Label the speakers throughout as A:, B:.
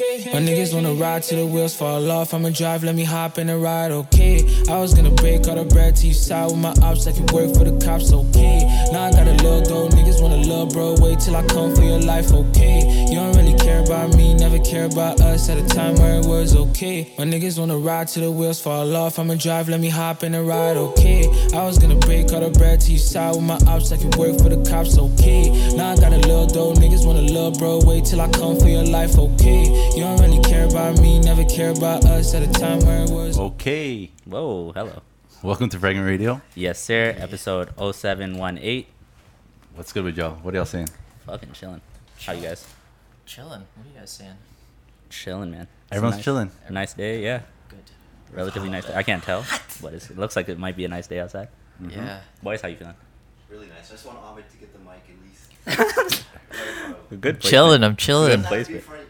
A: My niggas wanna ride till the wheels fall off. I'ma drive, let me hop in and ride, okay. I was gonna break all the bread till you side with my ops like you work for the cops, okay. Now I got a little go, niggas wanna love, bro. Wait till I come for your life, okay. You don't really care about me, never care about us at a time where it was okay. My niggas wanna ride till the wheels fall off. I'ma drive, let me hop in and ride, okay. I was gonna break all the bread till you side with my ops like you work for the cops, okay. Now I got a little dough, niggas wanna love, bro. Wait till I come for your life, okay. You don't really care about me, never care about us at a time where it was
B: Okay. Whoa. Hello.
C: Welcome to Fragment Radio.
B: Yes, sir. Episode 0718.
C: What's good with y'all? What are y'all saying?
B: Fucking chilling. How you guys?
D: Chilling. What are you guys saying?
B: Chilling, man. It's a
C: Everyone's
B: nice-
C: chilling.
B: Nice day. Yeah.
D: Good.
B: Relatively nice day. I can't tell, but it's, it looks like it might be a nice day outside.
C: Mm-hmm.
D: Yeah.
B: Boys, how you feeling?
E: Really nice. I just want Ahmed to get the mic at least.
B: Good.
D: Chilling. I'm chilling.
B: Good place, man.
E: Before I- just-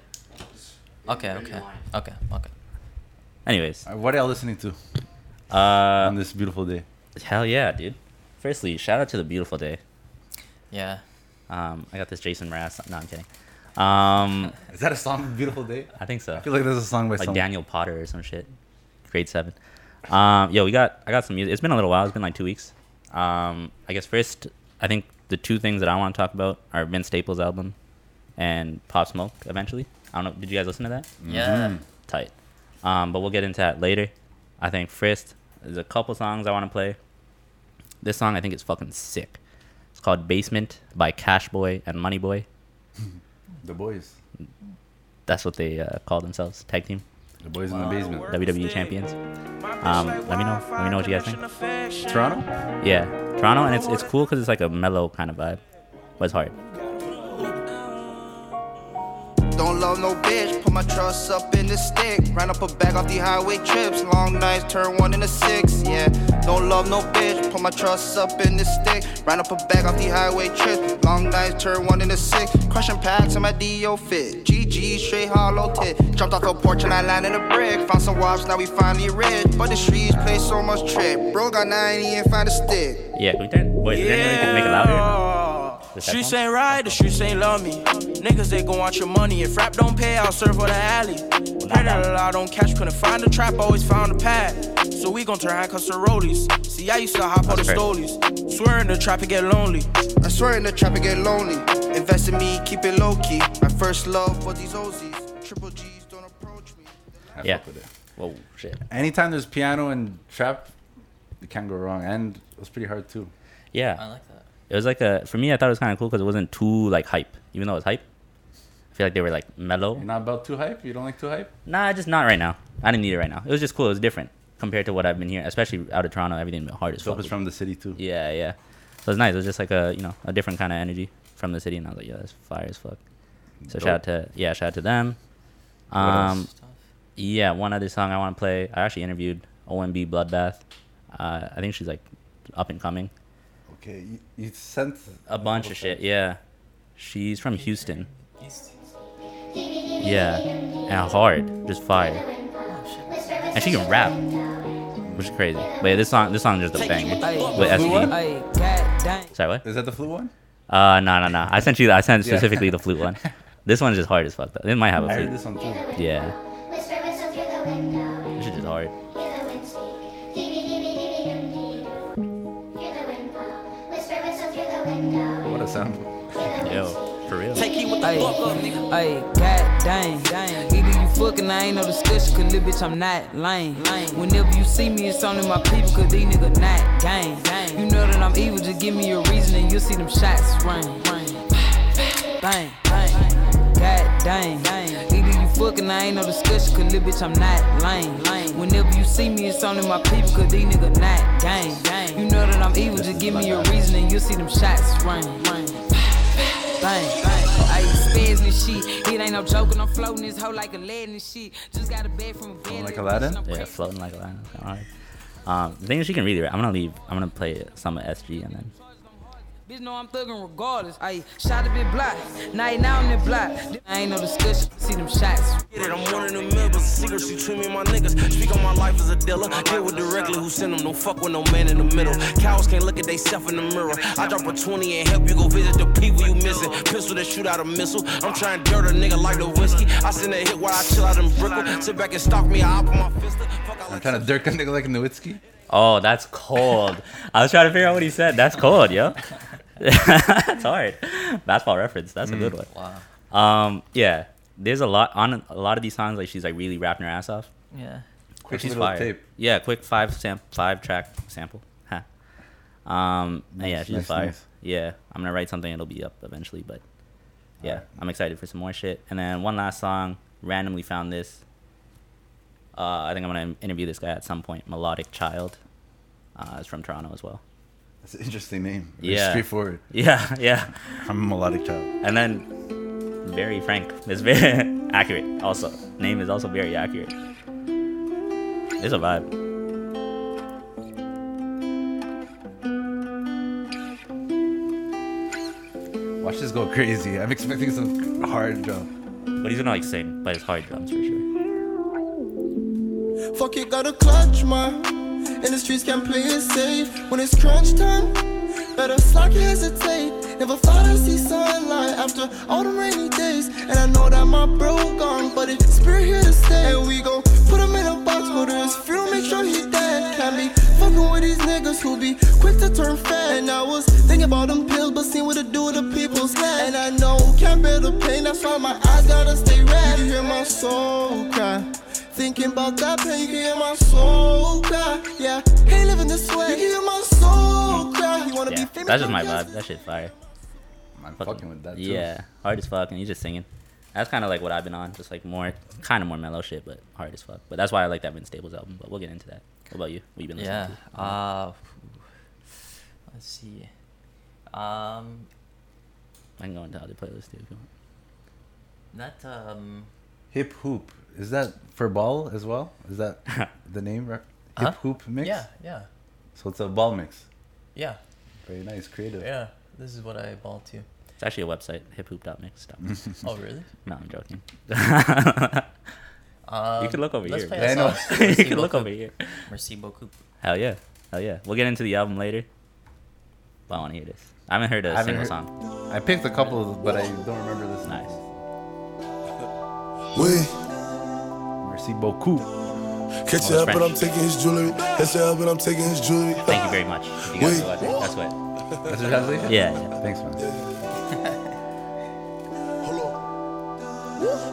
D: Okay.
E: when you
D: Okay.
E: want.
D: Okay. Okay.
B: Anyways.
C: Uh, What are y'all listening to on
B: Uh,
C: this beautiful day?
B: hell yeah, dude. Firstly, shout out to the beautiful day.
D: Yeah.
B: Um, I got this Jason Mraz. No, I'm kidding. Um,
C: Is that a song, Beautiful Day?
B: I think so.
C: I feel like there's a song by
B: like
C: someone.
B: Daniel Potter or some shit. Grade seven. Um, yo, we got I got some music. It's been a little while. It's been like two weeks. Um, I guess first, I think the two things that I want to talk about are Vince Staples' album and Pop Smoke. Eventually, I don't know. Did you guys listen to that?
C: Mm-hmm.
D: Yeah.
B: Tight. Um, but we'll get into that later. I think first, there's a couple songs I want to play. This song I think is fucking sick. It's called Basement by Cash Boy and Money Boy.
C: The boys.
B: That's what they uh, call themselves, tag team.
C: The boys in the basement.
B: WWE E champions. Um, let me know. Let me know what you guys think.
C: Toronto?
B: Yeah, Toronto, and it's it's cool because it's like a mellow kind of vibe, but it's hard.
F: Don't love no bitch, put my trust up in the stick. Ran up a bag off the highway trips, long nights turn one into six. Yeah, don't love no bitch, put my trust up in the stick. Ran up a bag off the highway trips, long nights turn one into six. Crushing packs in my DO fit, GG straight hollow tit. Jumped off a porch and I landed a brick. Found some wops, now we finally rich. But the streets play so much trick. Bro got 90 and find a stick.
B: Yeah, can we turn? Wait, is there anything we can make it louder? The
G: Streets
B: headphones?
G: ain't right, the streets ain't love me. Niggas, they gon' want your money. If rap don't pay, I'll serve on the alley. Pray that a lot don't catch, couldn't find the trap, always found a pad. So we gon' turn handcuffs to rollies. See, I used to hop on the
B: That's fair.
G: stolies. Swear in the trap, it get lonely.
F: I swear in the trap, I get lonely. Invest in me, keep it low key. My first love was these Ozies. Triple G's don't approach me.
C: I
B: Yeah.
C: fuck with it.
B: Whoa, shit.
C: Anytime there's piano and trap, you can't go wrong. And it was pretty hard too.
B: Yeah,
D: I like that.
B: it was like a for me. I thought it was kind of cool because it wasn't too like hype, even though it was hype. I feel like they were like mellow.
C: You're not about too hype? You don't like too hype?
B: Nah, just not right now. I didn't need it right now. It was just cool. It was different compared to what I've been hearing, especially out of Toronto. Everything been hard as
C: Dope
B: fuck.
C: is from the city too.
B: Yeah, yeah. So it was nice. It was just like a you know a different kind of energy from the city, and I was like, yeah, that's fire as fuck. So shout out to yeah, shout out to them. Um,
D: Stuff.
B: yeah, one other song I want to play. I actually interviewed OMB Bloodbath. Uh, I think she's like up and coming.
C: Okay. You, you sent
B: A bunch of shit. Yeah, she's from Houston. Yeah, and hard, just fire, and she can rap, which is crazy. But yeah, this song, this song is just a banger with SD.
H: Ay, god dang.
B: Sorry, what?
C: Is that the flu one?
B: Uh, no, no, no. I sent you. I sent
C: Yeah.
B: specifically the flute one. This one's just hard as fuck. Though. It might have
C: I
B: a
C: heard
B: flute.
C: this one too.
B: Yeah. This shit is hard.
C: What a sound.
B: Yo, for real.
G: Take you with
H: Ay,
G: the fuck up, nigga.
H: ay, god dang, dang. Either you fucking, I ain't no discussion, cause little bitch, I'm not lame. lame. Whenever you see me, it's only my people, cause these niggas not gang. gang. You know that I'm evil, just give me a reason and you'll see them shots ring. Bang, bang, god dang, dang. Either you fucking, I ain't no discussion, cause little bitch, I'm not lame. lame. Whenever you see me, it's only my people, cause these niggas not gang. gang. You know that I'm evil,
B: This
H: just
B: is
H: give
B: my
H: me a
B: bad.
H: reason and you'll see them shots ring. ring bang, bang. I expands and shit. It ain't no joking, I'm floating this hoe like a lead and shit. Just got a bed from a bed.
C: like Aladdin?
B: Yeah, floating like a lion. All right. Um, the thing is, she can really. Rap. I'm gonna leave. I'm gonna play some of SG and then
H: Bitch, know I'm thuggin' regardless. I shot a bit block. Now, now I'm in block. I ain't no discussion. See them shots.
G: Get it, I'm one of them members. Secrecy between me and my niggas. Speak on my life as a dealer. Deal with directly who send them. Don't fuck with no man in the middle. Cows can't look at theyself in the mirror. I drop a 20 and help you go visit the people you missing. Pistol that shoot out a missile. I'm trying to dirt a nigga like the whiskey. I send a hit while I chill out in Brickle. Sit back and stalk me. I hop on my fist. Fuck, I
C: I'm
G: like
C: trying to dirk a nigga like Nowitzki.
B: Oh, that's cold. I was trying to figure out what he said. That's cold, yo. that's hard. Basketball reference. That's a good
C: Mm.
B: one.
D: Wow.
B: Um, yeah. There's a lot on a lot of these songs. Like she's like really rapping her ass off.
D: Yeah.
C: Quick
B: she's
C: little
B: fire.
C: tape.
B: Yeah, quick five sam- five track sample. Huh. Um, and yeah, she's
C: nice,
B: fire.
C: nice.
B: Yeah, I'm gonna write something. It'll be up eventually, but yeah,
C: Alright.
B: I'm excited for some more shit. And then one last song. Randomly found this. Uh, I think I'm gonna interview this guy at some point. Melodic Child. Uh, is from Toronto as well.
C: That's an interesting name. Very
B: Yeah.
C: straightforward.
B: Yeah, yeah.
C: I'm a melodic child.
B: And then very frank. It's very accurate. Also, name is also very accurate. It's a vibe.
C: Watch this go crazy. I'm expecting some hard drum.
B: But he's gonna like sing, but it's hard drums for sure.
I: Fuck you gotta clutch man. In the streets can't play it safe When it's crunch time Better slack you hesitate Never thought I'd see sunlight After all the rainy days And I know that my bro gone But it's spirit here to stay And we gon' put him in a box Whether it's fuel, make sure he dead Can't be fucking with these niggas Who be quick to turn fat And I was thinking about them pills But seen what it do to people's head And I know can't bear the pain That's why my eyes gotta stay red You hear my soul cry Thinking about that pain, you can hear my soul cry. Yeah, hey, living this way, you can hear my soul cry. You wanna
B: Yeah,
I: be famous?
B: that's just my vibe. That shit fire.
C: I'm
B: Fuck-
C: fucking with that too.
B: Yeah, hard as fuck, and he's just singing. That's kind of like what I've been on, just like more, kind of more mellow shit, but hard as fuck. But that's why I like that Vince Staples album. But we'll get into that. What about you? What you been listening
D: Yeah.
B: to?
D: Uh, let's see. Um,
B: I can go into other playlists too. If you want.
D: not um.
C: Hip hoop. Is that for ball as well? Is that the name? Hip
D: Huh?
C: hoop mix.
D: Yeah. Yeah.
C: So it's a ball mix.
D: Yeah.
C: Very nice, creative.
D: Yeah. This is what I ball to.
B: It's actually a website, hiphoop.mix.
D: Oh really?
B: no, I'm joking.
D: Um,
B: you can look over
D: let's
B: here.
D: play
B: bro.
C: Yeah,
D: a
C: I
D: song.
B: you
D: Merci
B: can look
D: beaucoup.
B: over here.
D: Merci beaucoup.
B: Hell yeah. Hell yeah. We'll get into the album later. But I want to hear this. I haven't heard a
C: I haven't
B: single
C: heard-
B: song.
C: I picked a couple, but I don't remember this.
B: Nice.
J: We
C: Merci beaucoup.
J: catch
B: Oh,
J: it
B: it's
J: up, but I'm
B: French.
J: taking his jewelry. Catch it up, but I'm taking his jewelry.
B: Thank you very much. If you guys
J: Wait.
B: go out there, That's what.
C: That's the translation.
B: Yeah. yeah.
C: Thanks, man.
J: Hold on.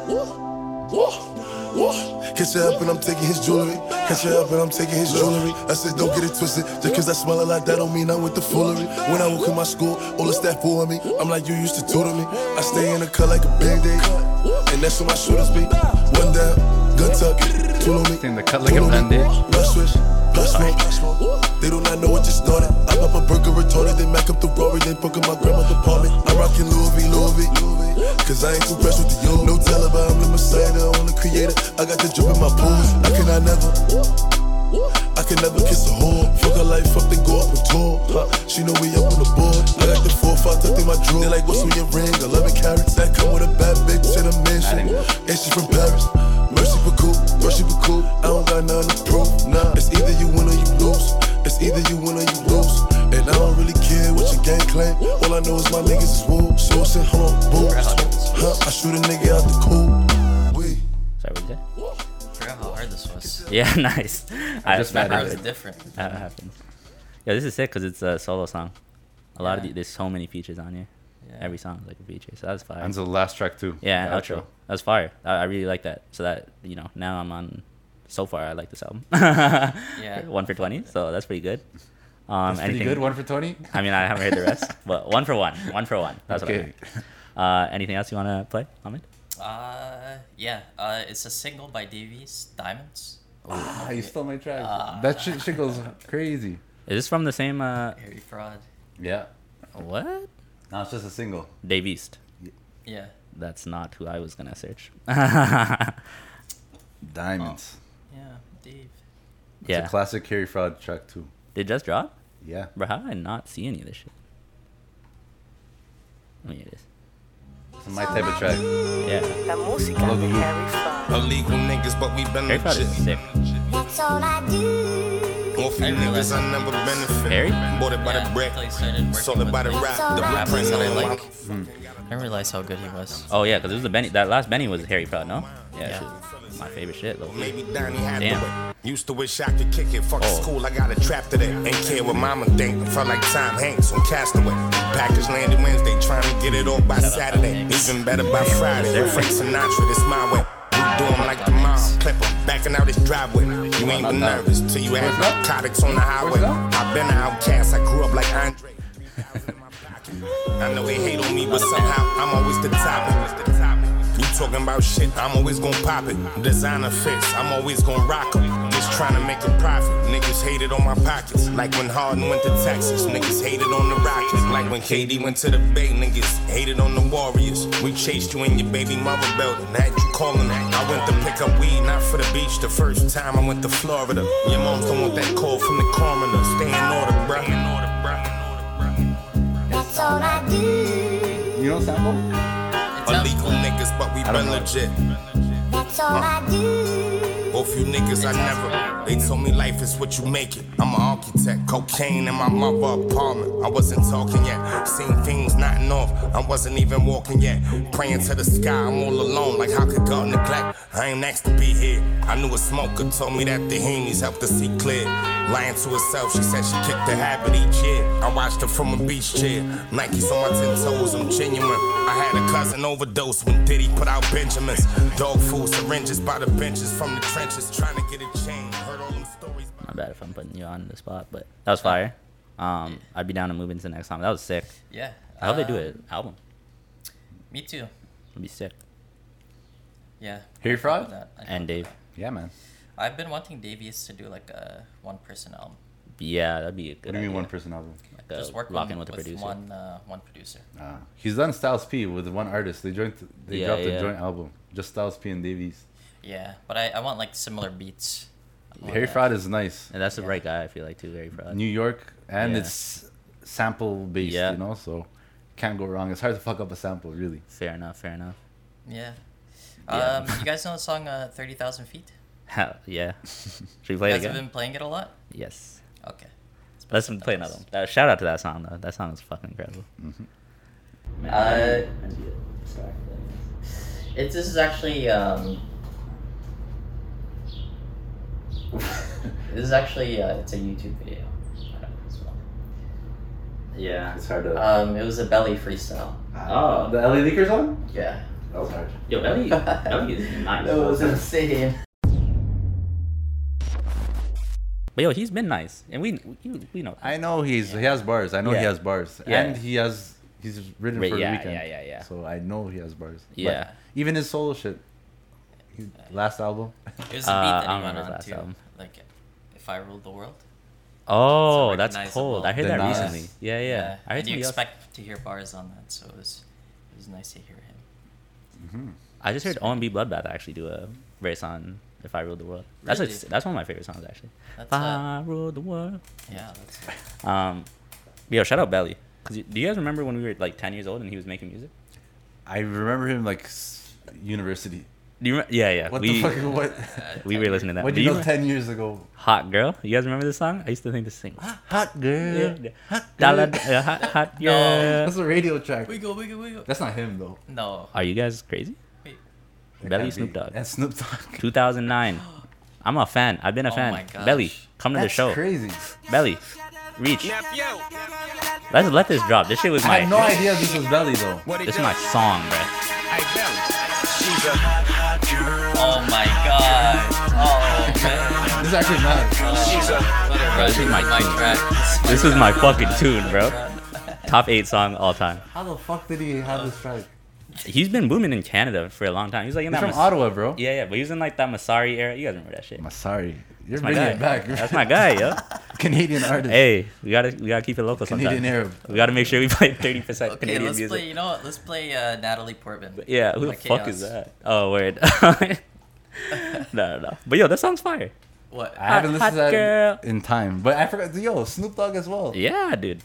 J: Woo, woo, woo. Catch it up and I'm taking his jewelry. Catch it up and I'm taking his jewelry. I said, don't get it twisted. Just cause I smell it like that don't mean I went to foolery. When I woke in my school, all the staff booing me. I'm like, you used to tutor me. I stay in the cut like a band aid. And that's where my shooters be. One down, gun tuck, two on me.
C: Saying the cut like a
J: Pull on me.
C: Band-Aid.
J: Plus switch, plus smoke, plus smoke. They do not know what just started. I pop a burger retorted, then mac up the Rory, then fuck up my grandma's apartment. I'm rocking Louis V, Louis V. Cause I ain't compressed with the yo. No teller, but I'm the messiah, the only creator. I got the drip in my pools. I cannot never. I can never kiss a whore. Fuck her life up, then go up and tour. Huh, She know we up on the board. I got the four, five tucked in my drawer. They like, what's on your ring? Eleven carrots that come with a bad bitch in a mansion. And she from Paris. Mercy for cool, mercy for cool. I don't got nothing to prove. Nah, it's either you win or you lose. It's either you win or you lose. And I don't really care what your gang claim. All I know is my niggas is woo. So I said, hold on, boo. Huh, I shoot a nigga out the cool. We.
B: Sorry, what did you
D: I forgot how hard this was.
B: say? Yeah, nice. I
C: just added
B: that
D: That
C: it.
D: was
B: happens.
D: different.
B: That happens. Yeah, this is sick because it's a solo song. A lot of
D: Yeah.
B: the, there's so many features on here.
D: Yeah.
B: Every song is like a feature, so that's fire.
C: And the last track too.
B: yeah,
C: The
B: and outro. Um, That was fire. I, I really like that. So that you know, now I'm on. So far, I like this album. yeah, one for twenty. So that's pretty good. Um,
C: That's pretty
B: anything-
C: good. One for twenty.
B: I mean, I haven't heard the rest, but one for one, one for one. That's
C: okay.
B: what I meant. Uh, anything else you want to play, Ahmed?
D: Uh, yeah. Uh, it's a single by Davies, Diamonds.
C: Ah, you stole my track.
B: Ah.
C: that shit, shit goes crazy.
B: Is this from the same? Uh,
D: Harry Fraud.
C: Yeah.
B: what?
C: No, it's just a single.
B: Dave East.
D: Yeah.
B: That's not who I was gonna search. yeah,
C: Diamonds.
B: Oh.
D: Yeah. Dave.
C: It's a classic Harry Fraud track too.
B: did it just drop?
C: Yeah.
B: Bro, how did I not see any of this shit? I mean, Oh, it is.
C: It's my type of track.
B: Yeah.
C: I love the loop.
K: Illegal niggas, but we
B: Harry Potter
K: benefit.
B: is sick.
K: That's all I do. More for you niggas, I never benefit.
B: Harry?
K: Bought it by the brick. Sold it by the rap. The
D: Rap
K: blueprint
D: that I
K: on my
D: like. I didn't realize how good he was.
B: Hmm. Oh yeah, because it was the Benny. That last Benny was Harry Potter, no? Yeah.
D: Yeah.
B: shit. My favorite shit. Though.
K: Maybe Donnie had
B: Damn.
K: the Used to wish I could kick it. Fuck
B: Oh.
K: school, I got a trap today. Ain't care what mama think. Felt like Tom Hanks on Castaway. Package landed Wednesday, trying to get it off by Saturday. Even better by Friday. Frank Sinatra, this my way. We do 'em like the mom, clip 'em, backing out his driveway. You ain't been nervous till you had narcotics on the highway. I've been an outcast, I grew up like Andre. I know they hate on me, but somehow I'm always the topic. You talking about shit, I'm always gonna pop it. Designer fits, I'm always gonna rock 'em. Just trying to make a profit. Niggas hated on my pockets, like when Harden went to Texas. Niggas hated on the Rockets, like when KD went to the Bay. Niggas hated on the Warriors. We chased you in your baby mother building, had you calling that. I went to pick up weed, not for the beach. The first time I went to Florida, your mom's don't want that call from the coroner. Stay in order, bruh. That's all I do.
C: You know sample?
K: Illegal niggas, but we been legit. That's all I do. Both you niggas, I never. They told me life is what you make it. I'm an architect, cocaine in my mother apartment. I wasn't talking yet. Seen things not off. I wasn't even walking yet. Praying to the sky, I'm all alone. Like how could God neglect? I ain't asked to be here. I knew a smoker told me that the Heenies helped to see clear. Lying to herself, she said she kicked the habit each year. I watched her from a beach chair. Nikes on my ten toes, I'm genuine. I had a cousin overdose when Diddy put out Benjamins. Dog food syringes by the benches from the trenches, trying to get a change. Heard all them stories.
B: My bad if I'm putting you on the spot, but that was fire. Um, I'd be down to move into the next time. That was sick.
D: Yeah,
B: I hope they do
D: uh,
B: an album.
D: Me too.
B: It'd be sick.
D: Yeah.
C: Harry Fraud?
D: That. I-
B: And Dave.
C: Yeah, man.
D: I've been wanting Davies to do like a one person album.
B: Yeah, that'd be a
C: What
B: good.
C: do you mean
B: idea.
C: one person album?
B: Like a
D: Just working
B: rocking with
D: with,
B: a producer.
D: one uh, one producer.
C: Ah, he's done Styles P with one artist. They joined. They
B: Yeah,
C: dropped
B: yeah.
C: a joint album. Just Styles P and Davies.
D: Yeah, but I, I want like similar beats. I want
C: Harry
D: that.
C: Fraud is nice.
B: Oh, And that's the right guy. I feel like too. Harry Fraud.
C: New York, and
B: Yeah.
C: it's sample based.
B: Yeah.
C: You know, so can't go wrong. It's hard to fuck up a sample, really.
B: Fair enough. Fair enough.
D: Yeah.
B: Yeah.
D: Um, you guys know the song uh, 30,000 Feet?
B: Hell, yeah. Should we
D: You
B: play it
D: guys have
B: again?
D: been playing it a lot?
B: Yes.
D: Okay.
B: Let's play another one. Uh, shout out to that song though. That song is fucking incredible.
D: Uh, It, this is actually um, this is actually uh, it's a YouTube video. I don't know this one.
B: Yeah.
C: hard to. Ah,
D: Um, it was a belly freestyle.
B: Oh.
C: the LA Leakers one.
D: Yeah.
C: That was hard.
B: Yo, Belly, Belly is nice.
D: insane.
B: But yo, he's been nice, and we we, we know.
C: I know he's he has bars. I know
B: Yeah.
C: he has bars,
B: Yeah.
C: and he has he's written
B: Ri-
C: for
B: yeah,
C: the weekend.
B: yeah, yeah, yeah.
C: So I know he has bars. But
B: Yeah.
C: even his solo shit. His last album.
D: It was a beat
B: Uh,
D: that
B: I don't
D: he went
B: remember his
D: on
B: last
D: to,
B: album.
D: like if I ruled the world.
B: Oh,
D: It's
B: that's
D: recognizable.
B: cold. I heard
C: The
B: that
C: Nas.
B: recently. Yeah, yeah. I heard
D: and
B: somebody
D: you
B: else-
D: expect to hear bars on that, so it was it was nice to hear him.
B: I just heard OMB Bloodbath actually do a race on "If I Ruled the World." That's like,
D: Really?
B: that's one of my favorite songs actually.
D: That's,
B: if I ruled the world.
D: Yeah, that's
B: Um, yo, shout out Belly. Cause you, do you guys remember when we were like ten years old and he was making music?
C: I remember him like s- university.
B: Do you? Remember? Yeah, yeah.
C: What the
B: we
C: fuck? What?
B: we were listening to that.
C: What
B: Do
C: do you know?
B: re-
C: Ten years ago.
B: Hot girl. You guys remember this song? I used to think this thing.
C: Hot girl.
B: Yeah.
C: Hot girl.
B: Dollar, uh, hot, hot girl.
C: That's a radio track.
D: wiggle wiggle wiggle.
C: That's not him though.
D: No,
B: Are you guys crazy?
D: wait.
C: That
B: Belly
C: can't
B: Snoop
C: be-
B: Dogg.
C: That's Snoop Dogg.
B: 2009. I'm a fan. I've been a
D: Oh
B: fan.
D: my gosh.
B: Belly, come to
C: That's
B: the show.
C: crazy.
B: Belly, reach. Let's let this drop. This shit was
C: I
B: my
C: had no idea this was Belly though.
B: this is my song, bruh.
D: Oh my god. Oh man.
C: This is actually not.
D: Bro,
B: this is my tune.
D: Oh, track.
B: This was my fucking tune, bro. Top eight song all time.
C: How the fuck did he have this track?
B: He's been booming in Canada for a long time. He was like in
C: He's
B: that
C: from
B: Mas-
C: Ottawa, bro.
B: Yeah, yeah, but he was in like that Masari era. You guys remember that shit?
C: I'm sorry. You're
B: That's my
C: bringing
B: guy.
C: it back.
B: That's my guy, yo.
C: Canadian artist.
B: Hey, we gotta we gotta keep it local
C: Canadian
B: sometimes.
C: Arab.
B: We gotta make sure we play 30 percent
D: Okay,
B: Canadian
D: let's
B: music.
D: play. You know what? Let's play uh, Natalie Portman.
B: Yeah, who
D: My
B: the fuck is
D: chaos.
B: that? Oh, word. no, no, no. But yo, that song's fire.
D: What?
C: I haven't
B: Hot
C: listened to that
B: girl.
C: in time, but I forgot. Yo, Snoop Dogg as well.
B: Yeah, dude.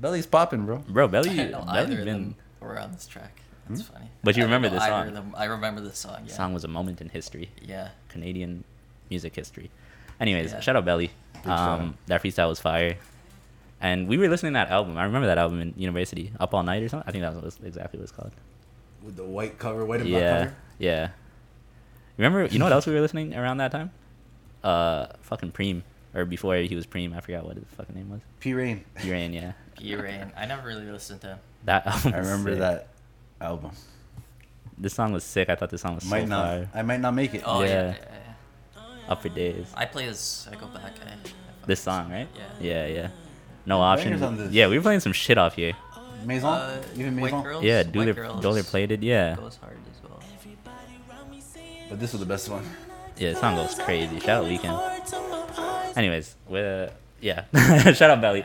C: Belly's popping, bro.
B: Bro, Belly,
D: I don't know
B: Belly
D: either of
B: been Hmm?
D: them. We're on this track. That's funny.
B: But you
D: I
B: remember
D: know-
B: this
D: I
B: song.
D: rhythm- I remember this song. Yeah.
B: Song was a moment in history.
D: Yeah.
B: Canadian music history. Anyways,
D: Yeah.
B: shout out Belly.
D: Big shout
B: Um, that freestyle was fire. And we were listening to that album. I remember that album in university, Up All Night or something. I think that was what- exactly what it's called.
L: With the white cover, white and
B: yeah,
L: black cover.
B: yeah. Remember, you know what else we were listening around that time? Uh, fucking Preem, or before he was Preem, I forgot what his fucking name was.
C: P Rain.
B: P Rain, yeah.
D: P Rain. I never really listened to him.
B: That album.
C: I
B: was
C: remember
B: sick.
C: that album.
B: This song was sick. I thought this song was
C: Might
B: so
C: not-
B: fire.
C: I might not make it.
D: Oh, yeah,
B: Up for days.
D: I play this. I go back. I, I
B: This song, right?
D: Yeah.
B: Yeah, yeah. No
C: Bangers
B: option.
C: on this.
B: Yeah, we were playing some shit off here.
C: Maison?
D: Uh,
C: Even
D: White
C: Maison?
D: Girls?
B: Yeah,
D: White
B: do their
D: Girls
B: do their plated. Yeah,
D: Goes hard as well.
C: But this was the best one.
B: yeah. Song goes crazy. Shout out Weekend. Anyways, with uh, yeah. Shout out Belly.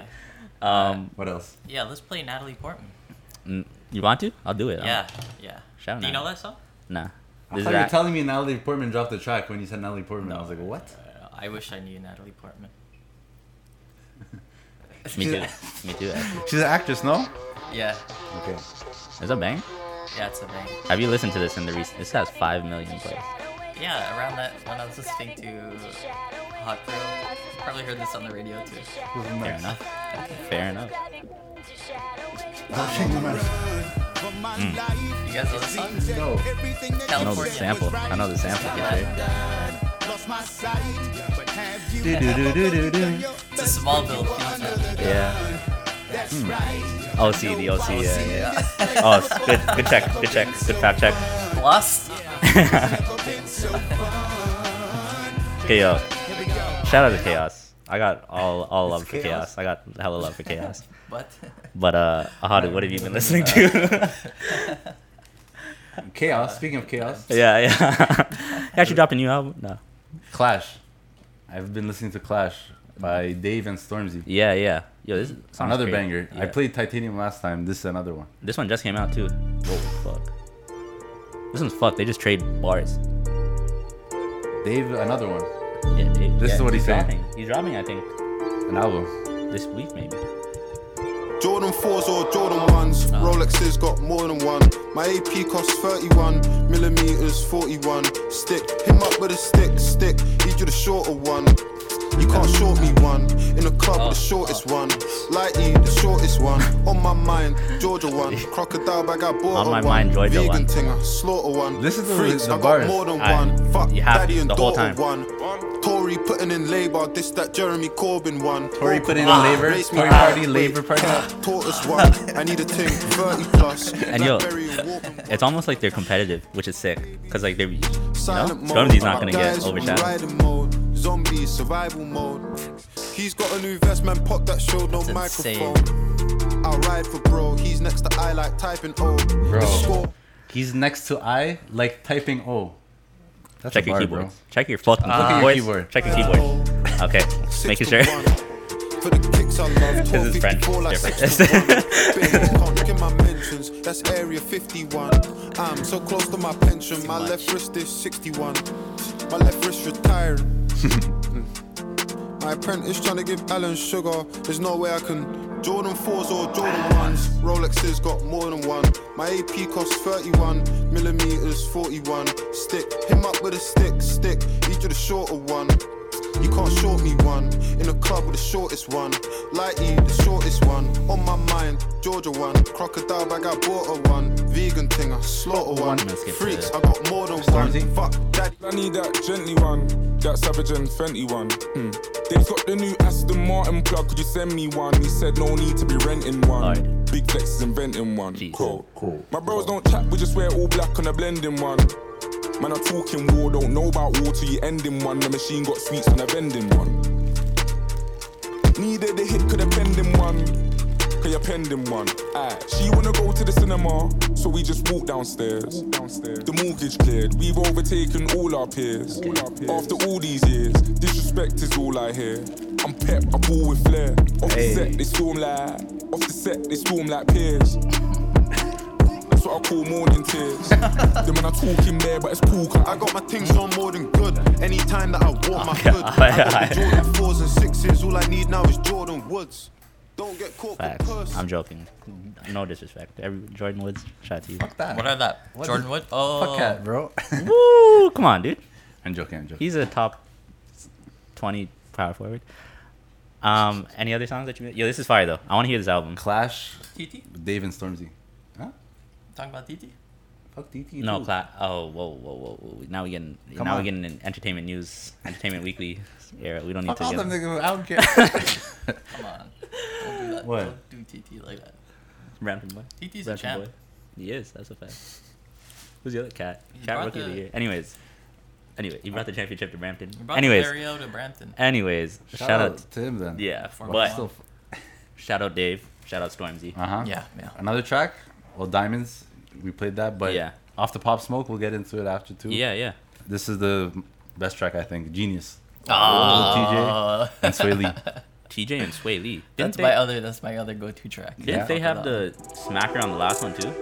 B: Um, mm,
C: what else?
D: Yeah, let's play Natalie Portman.
B: You want to? I'll do it. I'll-
D: Yeah, yeah.
B: Shout out.
D: Do you know
B: Natalie.
D: that song?
B: Nah.
C: I
B: This
C: thought you
B: is
C: were
B: act-
C: telling me Natalie Portman dropped the track when you said Natalie Portman. I was like, what?
D: Uh, I wish I knew Natalie Portman.
B: Me
C: She's-
B: too. Me too. Actually.
C: She's an actress, no?
D: Yeah,
C: Okay.
B: Is that bang?
D: yeah, it's a bang.
B: Have you listened to this in the recent? This has five million plays.
D: Yeah, around that when I was listening to Hot Girl, probably heard this on the radio too.
B: Fair enough. Fair enough. Mm.
D: You guys know this song?
C: No.
B: I know the sample. I know the sample for sure.
D: It's a Smallville feel good.
B: Yeah. Hmm. OC, the OC, yeah, yeah.
D: Yeah.
B: oh, s- good, good check, good check, good fact check.
D: Lost.
B: Okay, yo. Shout out to Chaos. I got all all love
D: It's
B: for
D: Chaos?
B: Chaos. I got hella love for Chaos.
D: What?
B: But uh, Ahadu, what have you been listening to?
C: Chaos. Speaking of chaos.
B: yeah, yeah. He Actually, dropped a new album. No.
C: Clash. I've been listening to Clash by Dave and Stormzy.
B: Yeah, yeah. Yo, this song's
C: Mm, another
B: crazy.
C: banger. I
B: Yeah.
C: played Titanium last time. This is another one.
B: This one just came out too. Whoa, fuck. This one's fucked. They just trade bars.
C: Dave, another one.
B: Yeah, Dave.
C: This
B: yeah,
C: is what he's saying.
B: dropping. He's dropping, I think,
C: An album.
B: this week maybe.
M: Jordan 4s or Jordan 1s.
B: Oh.
M: Rolexes got more than one. My AP costs 31, millimeters 41. Stick, him up with a stick, stick. He drew the shorter one. You can't short me one. In the club,
B: Oh.
M: the shortest one. Lighty, the shortest one. On my mind, Georgia one. Crocodile bag, I
B: On
M: bought a
B: my
M: one.
B: mind, Georgia
M: Vegan
B: one.
M: Tinger, slaughter one.
B: This is the-
M: Freaks,
B: the
M: I got
B: bars.
M: more than
B: I-
M: one. Fuck,
B: you have
M: daddy and
B: the whole
M: daughter
B: time.
M: one. Tory putting in labor, this that Jeremy Corbyn one.
C: Tory putting in
M: Ah,
C: labor?
M: race me
C: Tory
M: back,
C: party,
M: wait,
C: labor party?
M: Tortoise one, I need a ting, 30 plus.
B: And yo,
M: Blackberry and Walkman
B: it's almost like they're competitive, which is sick. Cause like they're, you know,
M: silent mode.
B: Stormzy's not gonna get
M: Guys, we
B: overshadowed.
M: riding mode, zombie survival mode. He's got a new vest, man. Pop that showed no microphone. I ride for bro. He's next to I like typing O. The
C: Bro.
M: score
C: He's next to I, like typing O. That's
B: Check
C: a
B: your
C: bar,
B: keyboard.
C: bro.
B: Check your fucking
C: Look at your keyboard.
B: keyboards. Check your keyboard. Okay, making sure.
M: for the kicks I love.
B: This is French.
M: 1254 like
B: They're French.
M: 61. Big, can't look at my mentions. That's area 51. I'm so close to my pension. My left wrist is 61. My left wrist retiring. My apprentice trying to give Alan sugar. There's no way I can. Jordan 4s or Jordan 1s. Rolexes got more than one. My AP costs 31, millimeters 41. Stick him up with a stick, stick. Each of the shorter one. You can't short me one. In a club with the shortest one. Lighty, the shortest one. On my mind, Georgia one. Crocodile bag, I bought a one. Vegan thing, I slaughter one. Freaks, I got more than one. Fuck daddy.
N: I need that gently one, that Savage and Fenty one. Mm. Dave's got the new Aston Martin plug, could you send me one? He said no need to be renting one. Big Flex is inventing one. Cool. cool. My bros don't chat, we just wear all black on a blending one. Man, I'm talking war, don't know about war till you end in one. The machine got sweets on a vending one. Needed a hit, could have bend him one. Could you penned him one? Aye. She wanna go to the cinema, so we just walk downstairs. The mortgage cleared, we've overtaken all our peers. After all these years, disrespect is all I hear. I'm pep, I ball with flair. Off the set, they storm like. Off the set, they storm like peers. That's what I call morning tears. the man I talk in there, but it's cool. I
M: got my things on more than good. Anytime that I walk my hood,
N: God.
M: I got the Jordan fours and sixes. All I need now is Jordan Woods. Don't get caught for
B: Facts.
M: puss.
B: I'm joking. No disrespect. Every Jordan Woods. Shout out to you. Fuck
D: that. What are that? What Jordan the- Wood? Oh. fuck that, bro.
B: Woo! Come on, dude.
C: I'm joking. I'm joking.
B: He's a top twenty power forward. Um, any other songs that you? Yo, this is fire though. I want to hear this album.
C: Clash.
D: TT?
C: Dave and Stormzy.
D: Talking about TT?
C: Fuck TT.
B: No, Cla- oh, whoa, whoa, whoa, whoa! Now we getting
C: Come
B: now
C: on.
B: we getting in entertainment news, entertainment weekly era. We don't need
C: Fuck
B: to.
C: all
B: get-
C: them niggas. I don't care.
D: Come on. Don't do that.
B: What?
D: Don't do TT like that.
B: Brampton boy.
D: TT's a
B: Brampton
D: champ.
B: boy. He is. That's a fact. Who's the other cat?
D: He
B: Cat
D: brought
B: rookie of the
D: the-
B: year. Anyways, anyway, he brought the championship to Brampton.
D: brought the
B: Anyways,
D: Barrio to Brampton.
B: Anyways,
C: Shout
B: shout out
C: out to him then.
B: Yeah,
C: Former
B: but
C: Still
B: shout out Dave. Shout out Stormzy.
C: Uh huh.
D: Yeah, yeah.
C: Another track. Well, Diamonds. We played that, but
B: Yeah.
C: Off the Pop Smoke. We'll get into it after too.
B: Yeah, yeah.
C: This is the best track I think. Genius.
D: Ah.
C: Little TJ and Sway Lee.
B: TJ and Sway Lee.
D: That's
B: Didn't
D: Ah. my
B: they-
D: other. That's my other go-to track.
B: Didn't they have the smacker on the last one too?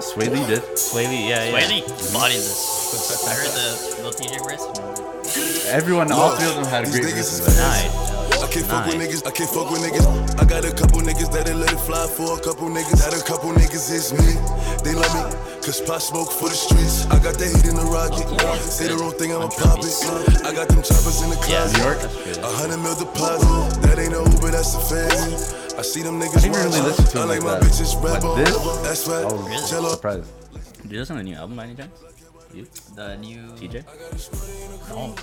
C: Sway Lee did.
B: Sway Lee, yeah, yeah.
D: Sway Lee bodied this. I heard the little TJ verse.
C: Everyone, all three of them had great verses.
J: I can't fuck with niggas, I can't fuck with niggas. I got a couple niggas that let it fly for a couple niggas. Got a couple niggas, it's me. They love me, cause pot smoke for the streets. I got the heat in the rocket. Say the wrong thing, I'ma pop it. I got them choppers in the closet.
C: New York.
J: A hundred mil deposit. That ain't no Uber, that's a fancy. I see them niggas
C: I didn't really
J: watch.
C: listen to
J: I
C: him
J: like
C: like
J: my
C: that.
J: bitches
C: But
J: red bone.
C: this, Oh,
J: That's
C: I
J: right.
C: was
J: Jello.
C: surprised.
B: Did you listen to the new album by any chance? You?
D: The new
B: TJ?
D: No,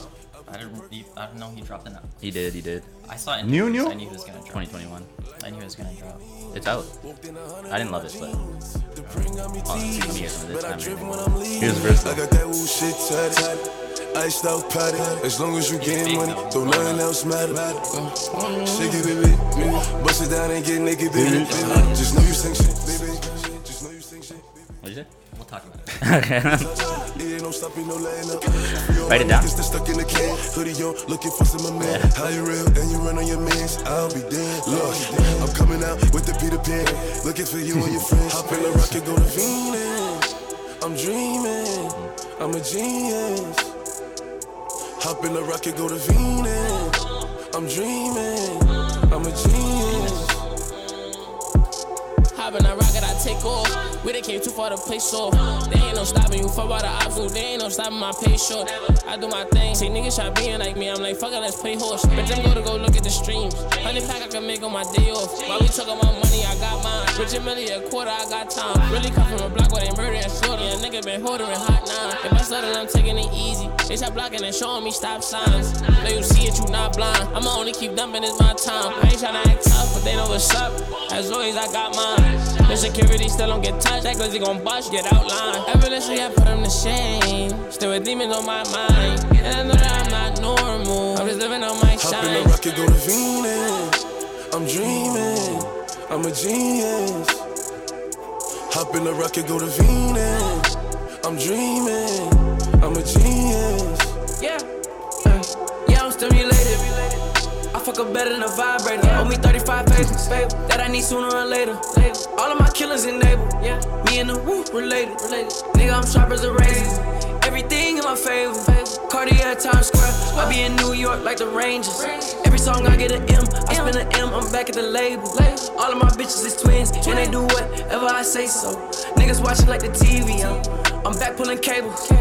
D: I don't. He, I don't know. He dropped it now.
B: He did, he did.
D: I saw it.
B: New, new?
D: I knew he was gonna drop.
B: 2021.
D: I knew he was gonna drop.
B: It's out. I didn't love it, but. Oh, let me hear some of this. I'm hearing it.
J: Here's verse. I got that woo shit tatted. Iced out patty. As long as you getting money, don't nothing else matter. Uh, Shake it, baby. Bust it down and get naked, baby. Just know you sing shit, baby. Just know you sing shit.
B: What you say?
D: We'll talk about
B: Okay.
J: It ain't no stopping, no laying up.
B: Write it down.
J: Niggas that stuck in the can. Hoodie on, looking for some of man. How you real? And you run on your mans. I'll be dead. Look, I'm coming out with the Peter Pan. Looking for you and your friends. Hop in the rocket, go to Venus. I'm dreaming. I'm a genius. Hop in the rocket, go to Venus. I'm dreaming. I'm a genius.
O: Hop in a rocket, I take off. We done came too far to play so. They ain't no stopping you. Fuck all the obstacles. They ain't no stopping my pace short. I do my thing. See niggas try being like me. I'm like, fuck it, let's play horse. Bitch, I'm gonna go look at the streams. Honey pack I can make on my day off. While we talking about money, I got mine. Rich and Millie, a quarter, I got time. Really come from a block where they murder and slaughter. Yeah, nigga been holding hot nine. If I settle, I'm taking it easy. They start blocking and showing me stop signs. Now you see it, you not blind. I'ma only keep dumping, it's my time. I ain't tryna act tough, but they know what's up. As always, I got mine. The security still don't get touched. That glizzy gon' bust, get outlined. Ever since I put him to shame. Still with demons on my mind. And I know that I'm not normal. I'm just living on my
J: Hop in
O: shine.
J: the rocket, go to Venus. I'm dreaming. I'm a genius. Hop in the rocket, go to Venus. I'm dreaming. I'm a genius.
O: Yeah. Uh,
P: Yeah, I'm stimulated. I fuck up better than a vibrator. Owe me 35 pages, babe. That I need sooner or later. All of my killers enabled. Yeah. Me and the woo related. Nigga, I'm sharp as a razor. Everything in my favor. Cartier, Times Square. I be in New York like the Rangers. Every song I get an M. I spend an M. I'm back at the label. All of my bitches is twins, and they do whatever I say so. Niggas watching like the TV. I'm, I'm back pulling cables.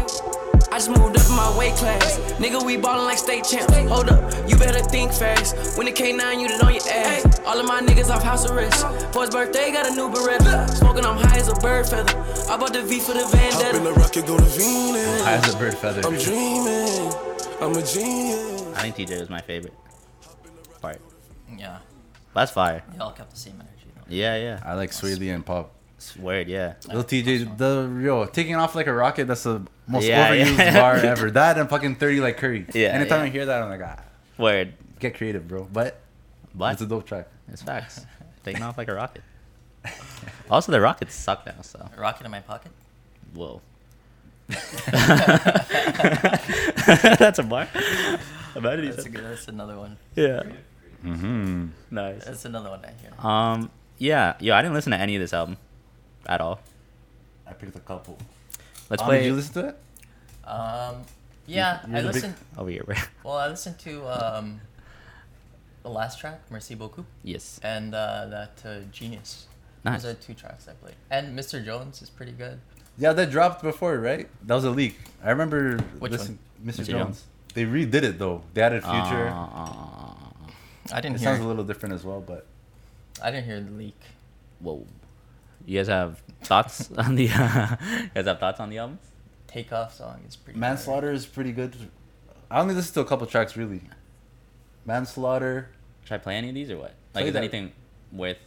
P: I just moved up in my weight class. Nigga, we ballin' like state champs. Hold up, you better think fast. When the K9, you done on your ass. All of my niggas off house arrest. For his birthday, got a new Beretta. Smoking, I'm high as a bird feather. I bought the V for the
J: Hop in
P: Vendetta.
J: the rocket, go to Venus.
C: High as a bird feather.
J: I'm dreaming. I'm a genius.
B: I think TJ was my favorite part.
D: Yeah.
B: That's fire.
D: They all kept the same energy. Though.
B: Yeah, yeah.
C: I like Sway Lee and Pop.
B: Weird, yeah.
C: Little TJ, the yo taking off like a rocket. That's the most
B: Yeah,
C: overused
B: yeah.
C: bar ever. That and fucking thirty like Curry.
B: Yeah,
C: Anytime
B: yeah.
C: I hear that, I'm like, ah,
B: Word.
C: get creative, bro. But,
B: But-
C: it's a dope track.
B: It's facts. Taking off like a rocket. Also, the Rockets suck now, so.
D: Rocket in my pocket.
B: Whoa. that's a bar. Imagine he
D: That's, a
B: said-
D: good, that's another one.
B: Yeah.
C: Mm-hmm.
B: Nice.
D: That's another one I hear.
B: Um. Yeah. Yo, I didn't listen to any of this album, at all.
C: I picked a couple.
B: Let's
C: Um,
B: play.
C: Did you listen to it?
D: Um, yeah,
B: You're
D: I
B: the big-
D: listened.
B: over here, bro.
D: Well, I listened to um, the last track, Merci Beaucoup.
B: Yes.
D: And uh, that uh, Genius.
B: Nice.
D: Those are two tracks I played. And Mr. Jones is pretty good.
C: Yeah, that dropped before, right? That was a leak. I remember
D: Which
C: listening-
D: one?
C: Mr. Jones.
D: Mr. Jones.
C: They redid it though. They added Future.
B: Ah. Uh,
D: I didn't
C: It
D: hear.
C: sounds a little different as well, but
D: I didn't hear the leak.
B: Whoa. You guys have thoughts on the? you guys have thoughts on the album?
D: Takeoff song is pretty.
C: Manslaughter is pretty good. I only listened to a couple tracks really. Manslaughter.
B: Should I play any of these or what? Like,
C: Play
B: is
C: that-
B: anything worth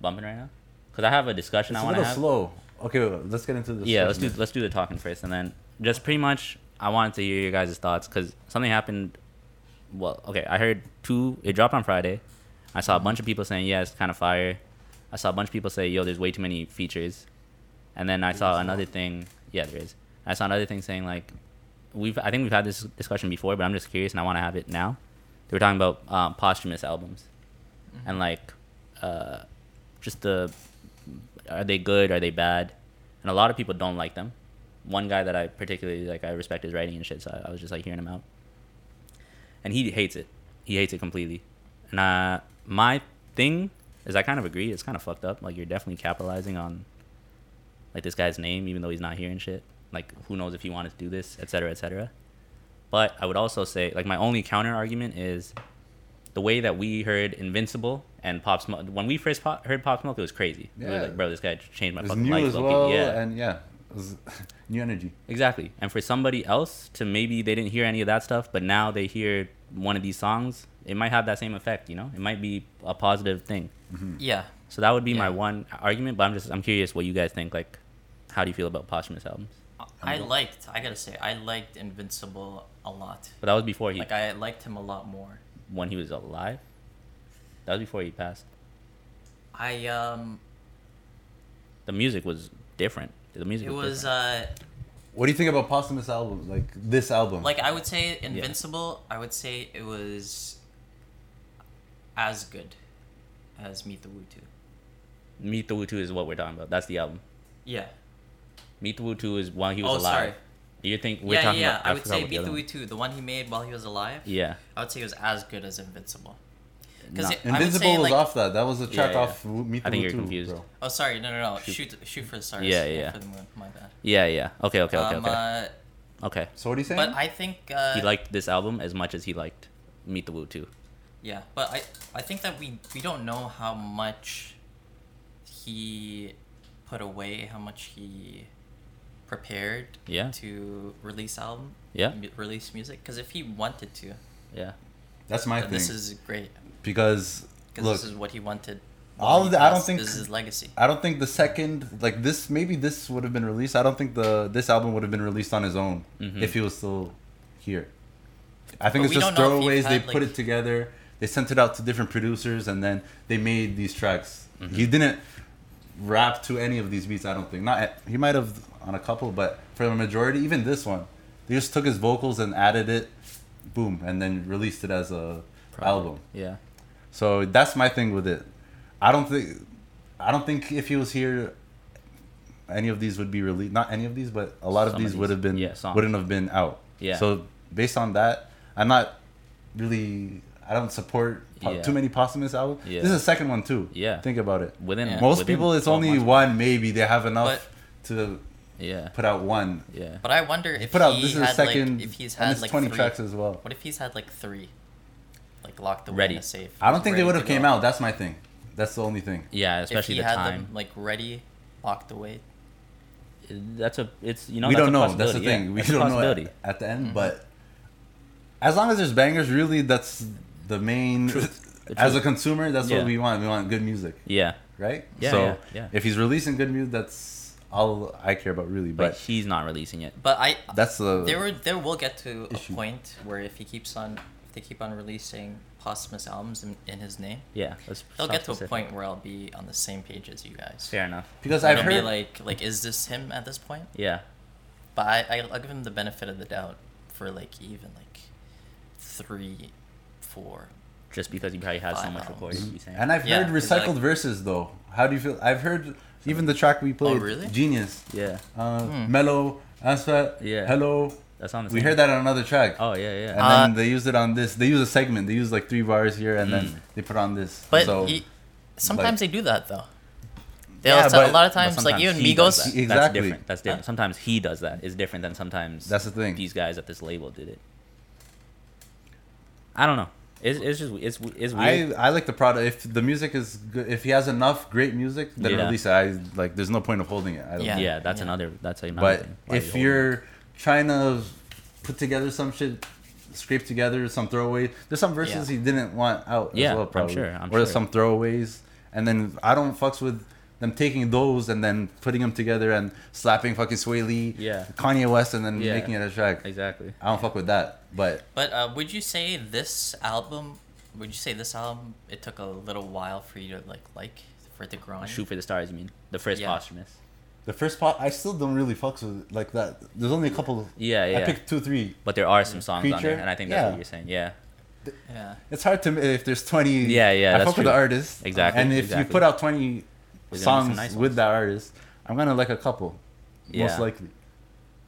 B: bumping right now? Because I have a discussion
C: It's a
B: I want to
C: little
B: have.
C: slow. Okay, wait, wait, let's get into this.
B: yeah, let's do let's do the talking first, and then just pretty much I wanted to hear your guys' thoughts because something happened. Well, okay, I heard two. It dropped on Friday. I saw a bunch of people saying yeah, it's kind of fire. I saw a bunch of people say yo, there's way too many features, and then I saw another thing. Yeah, there is. I saw another thing saying like we've I think we've had this discussion before, but I'm just curious and I want to have it now. They were talking about um, posthumous albums, and like uh, just the are they good? Are they bad? And a lot of people don't like them. One guy that I particularly like, I respect his writing and shit, so I, I was just like hearing him out, and he hates it. He hates it completely. And uh, my thing is, I kind of agree. It's kind of fucked up. Like you're definitely capitalizing on like this guy's name, even though he's not here and shit. Like, who knows if he wanted to do this, et cetera, et cetera. But I would also say, like, my only counter argument is the way that we heard Invincible and Pop Smoke. When we first po- heard Pop Smoke, it was crazy. We
C: Yeah.
B: were like, bro, this guy changed my
C: It's
B: fucking
C: new
B: life.
C: as
B: low-key."
C: well,
B: yeah.
C: and yeah, it was new energy.
B: Exactly. And for somebody else to maybe they didn't hear any of that stuff, but now they hear one of these songs, it might have that same effect, you know? It might be a positive thing.
D: Mhm. Yeah.
B: So that would be my one argument, but I'm just I'm curious what you guys think like how do you feel about posthumous albums?
D: I liked. I gotta say, I liked Invincible a lot.
B: But that was before he
D: Like I liked him a lot more.
B: when he was alive. That was before he passed.
D: I um,
B: The music was different. The music
D: it
B: was,
D: was
B: different.
D: uh,
C: What do you think about posthumous albums like this album?
D: like I would say Invincible. I would say it was as good as Meet the Woo Two.
B: Meet the Woo 2 is what we're talking about. That's the album.
D: Yeah.
B: Meet the Woo 2 is while he was
D: Oh,
B: alive.
D: sorry.
B: Do you think we're
D: yeah,
B: talking
D: yeah.
B: about
D: I would
B: forgot
D: say
B: what the
D: Meet
B: other
D: the
B: one-
D: Woo Two, the one he made while he was alive.
B: Yeah.
D: I would say it was as good as Invincible.
C: Nah.
D: Because
C: Invincible was off that. That was a track
B: Yeah, yeah.
C: off Wo- Meet the
B: I think
C: Woo
B: you're
C: Two,
B: confused.
C: bro.
D: Oh, sorry. No, no, no. Shoot, shoot for the stars.
B: Yeah,
D: Aim
B: yeah.
D: For the moon. My bad.
B: Yeah, yeah. Okay, okay, okay,
D: Um,
B: okay.
D: uh,
B: okay.
C: So what are you
D: But I think uh,
B: he liked this album as much as he liked Meet the Woo too.
D: Yeah, but I I think that we we don't know how much he put away, how much he prepared
B: Yeah.
D: to release album.
B: Yeah.
D: mu- release music because if he wanted to.
B: Yeah.
C: That's my
D: then This
C: thing.
D: is great
C: Because
D: because
C: look,
D: this is what he wanted. while
C: all
D: he
C: of the, I don't
D: passed.
C: think
D: this is his legacy.
C: I don't think the second like this maybe this would have been released. I don't think the this album would have been released on his own
B: Mhm.
C: if he was still here. I think
D: Mm-hmm. But
C: it's
D: we
C: just
D: don't know if he
C: throwaways. they
D: had,
C: put
D: like-
C: it together. They sent it out to different producers, and then they made these tracks.
D: Mm-hmm.
C: He didn't rap to any of these beats. I don't think. Not he might have on a couple, but for the majority, even this one, they just took his vocals and added it, boom, and then released it as a album.
B: Yeah.
C: So that's my thing with it. I don't think I don't think if he was here any of these would be released not any of these, but a lot of
B: Some of
C: these, would
B: these.
C: have been
B: Yeah, songs.
C: wouldn't have been out.
B: Yeah.
C: So based on that, I'm not really I don't support po-
B: Yeah.
C: too many posthumous albums.
B: Yeah.
C: This is the second one too.
B: Yeah.
C: Think about it.
B: Within- Yeah.
C: most
B: within
C: people it's
B: 12
C: only
B: months.
C: one maybe they have enough to
B: Yeah.
C: put out one.
B: Yeah.
D: But I wonder
C: He
D: if
C: put out
D: he
C: this is the
D: had
C: second
D: like if he's
C: and
D: had
C: it's
D: like
C: 20
D: three.
C: tracks as well.
D: What if he's had like three, like locked away
B: Ready.
D: in a safe?
C: I don't think they
D: ready
C: would
D: to
C: have came
D: go?
C: out. That's my thing. That's the only thing.
B: Yeah, especially
D: if he
B: the
D: had
B: time.
D: them like ready, locked away.
B: That's a it's you know
C: we
B: that's
C: don't
B: a
C: know. That's the
B: possibility, yeah.
C: thing. We
B: That's a
C: don't know
B: possibility. Mm-hmm.
C: at, at the end, but as long as there's bangers, really, that's the main.
B: The
C: As a
B: truth.
C: consumer, that's
B: Yeah.
C: what we want. We want good music.
B: Yeah.
C: Right.
B: Yeah,
C: So
B: yeah, yeah.
C: if he's releasing good music, that's all I care about, really. But
B: But he's not releasing it.
D: But I
C: That's the-
D: there were there will get to
C: issue.
D: a point where if he keeps on if they keep on releasing posthumous albums in, in his name.
B: Yeah, let's
D: they'll
B: sound
D: get to a
B: specific.
D: point where I'll be on the same page as you guys.
B: Fair enough.
C: Because
D: And
C: I've
D: it'll be
C: heard-
D: like like is this him at this point?
B: Yeah.
D: But I I- I'll give him the benefit of the doubt for like even like three, four.
B: Just because he probably has so
D: Five
B: much
D: albums.
B: recorded. you saying?
C: and I've
D: Yeah,
C: heard
D: it's like- Oh,
C: recycled verses though. How do you feel? I've heard even the track we played.
D: really?
C: Genius.
B: Yeah.
C: Uh,
B: Hmm.
C: Mellow. Asfat.
B: Yeah.
C: Hello.
B: That's on the.
C: We
B: same-
C: heard that on another track.
B: Oh yeah, yeah.
C: And then they used it on this. They use a segment. They use like three bars here, and
B: Mm.
C: then they put on this.
D: But
C: so,
D: y- sometimes they do that though. They'll
B: Yeah,
D: yeah,
B: but-
D: a lot of
B: but
D: times, like
B: sometimes
D: even
B: he does
D: Migos.
B: that. That's different. That's different. Sometimes he does that. It's different than sometimes. That's the thing. These guys at this label did it. I don't know. It's, it's just it's it's
C: I,
B: weird.
C: I like the product. If the music is good, if he has enough great music, then
B: Yeah.
C: release it. I like. There's no point of holding it. I don't
B: Yeah.
C: think.
B: Yeah, that's Yeah. another- that's another
C: But
B: thing. Why you
C: if
B: hold
C: you're trying to put together some shit, scrape together some throwaway. There's some verses
B: Yeah.
C: he didn't want out.
B: Yeah,
C: as well,
B: I'm
C: probably.
B: sure, I'm
C: or
B: sure.
C: some throwaways, and then I don't fucks with. Them taking those and then putting them together and slapping fucking Sway Lee,
B: Yeah.
C: Kanye West, and then
B: Yeah.
C: making it a track.
B: Exactly.
C: I don't fuck with that. But
D: But uh, would you say this album? Would you say this album? It took a little while for you to like like for it to grind.
B: Shoot for the stars. You mean the first
D: Yeah.
B: posthumous?
C: The first part, I still don't really fucks with it like that. There's only a couple.
B: Yeah, yeah.
C: I picked two, three.
B: But there are some songs on there,
C: Creature?
B: and I think that's
C: Yeah.
B: what you're saying. Yeah.
D: Yeah.
C: It's hard to if there's 20.
B: Yeah, yeah,
C: I
B: that's
C: fuck with the
B: true.
C: artist
B: Exactly,
C: And if you
B: exactly.
C: put out 20
B: There's gonna be some
C: songs
B: nice
C: with that artist, I'm gonna like a couple,
B: Yeah.
C: most likely.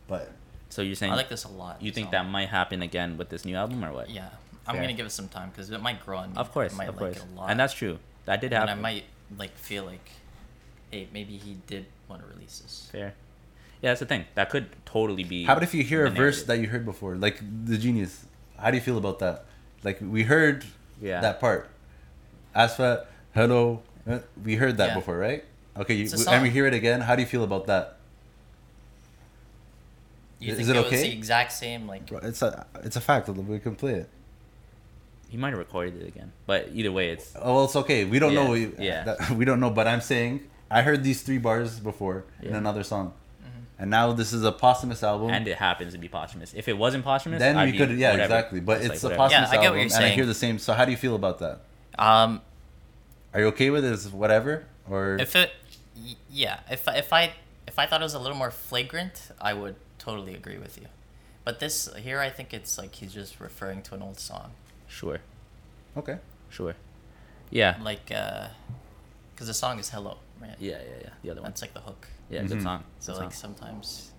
C: But
B: So you're saying
D: I like this a lot,
B: You think
D: so-
B: that might happen again with this new album or what?
D: Yeah, I'm
B: Fair.
D: gonna give it some time because it might grow on me.
B: Of course,
D: I might
B: of
D: like
B: course,
D: it a lot.
B: and that's true. That did
D: And
B: happen.
D: I might like feel like, hey, maybe he did want to release this.
B: Fair. Yeah, that's the thing. That could totally be.
C: how about if you hear a
B: the
C: verse
B: narrative.
C: that you heard before, like the genius? How do you feel about that? Like we heard
B: Yeah.
C: that part. Asfa, hello. uh, We heard that
B: Yeah.
C: before, right? Okay, you,
D: It's a
C: and we
D: song.
C: hear it again. How do you feel about that?
D: You
C: Is
D: think
C: it
D: was
C: okay?
D: the exact same like?
C: It's a it's a fact. We can play it.
B: He might have recorded it again, but either way, it's.
C: Oh, well, it's okay. We don't
B: Yeah,
C: know.
B: yeah.
C: that- we don't know. But I'm saying I heard these three bars before in
B: Yeah. Mm-hmm.
C: another song, and now this is a posthumous album.
B: And it happens to be posthumous. If it wasn't posthumous,
C: then
B: I'd
C: we
B: be
C: could, yeah,
B: whatever.
C: exactly. But it's,
B: like
C: a
B: whatever.
C: posthumous
D: Yeah, I get
C: album,
D: what you're
C: and I
D: saying.
C: hear the same. So how do you feel about that?
D: Um,
C: Are you okay with this? Whatever, or
D: If it, y- yeah, if I- if I if I thought it was a little more flagrant, I would totally agree with you. But this here, I think it's like he's just referring to an old song,
B: Sure.
C: Okay.
B: Sure. Yeah.
D: like because the song is "Hello," right?
B: Yeah, yeah, yeah. The other one.
D: That's like the hook.
B: Yeah,
C: Mm-hmm.
B: good Mhm. song,
D: So
B: good
D: like
B: song.
D: sometimes,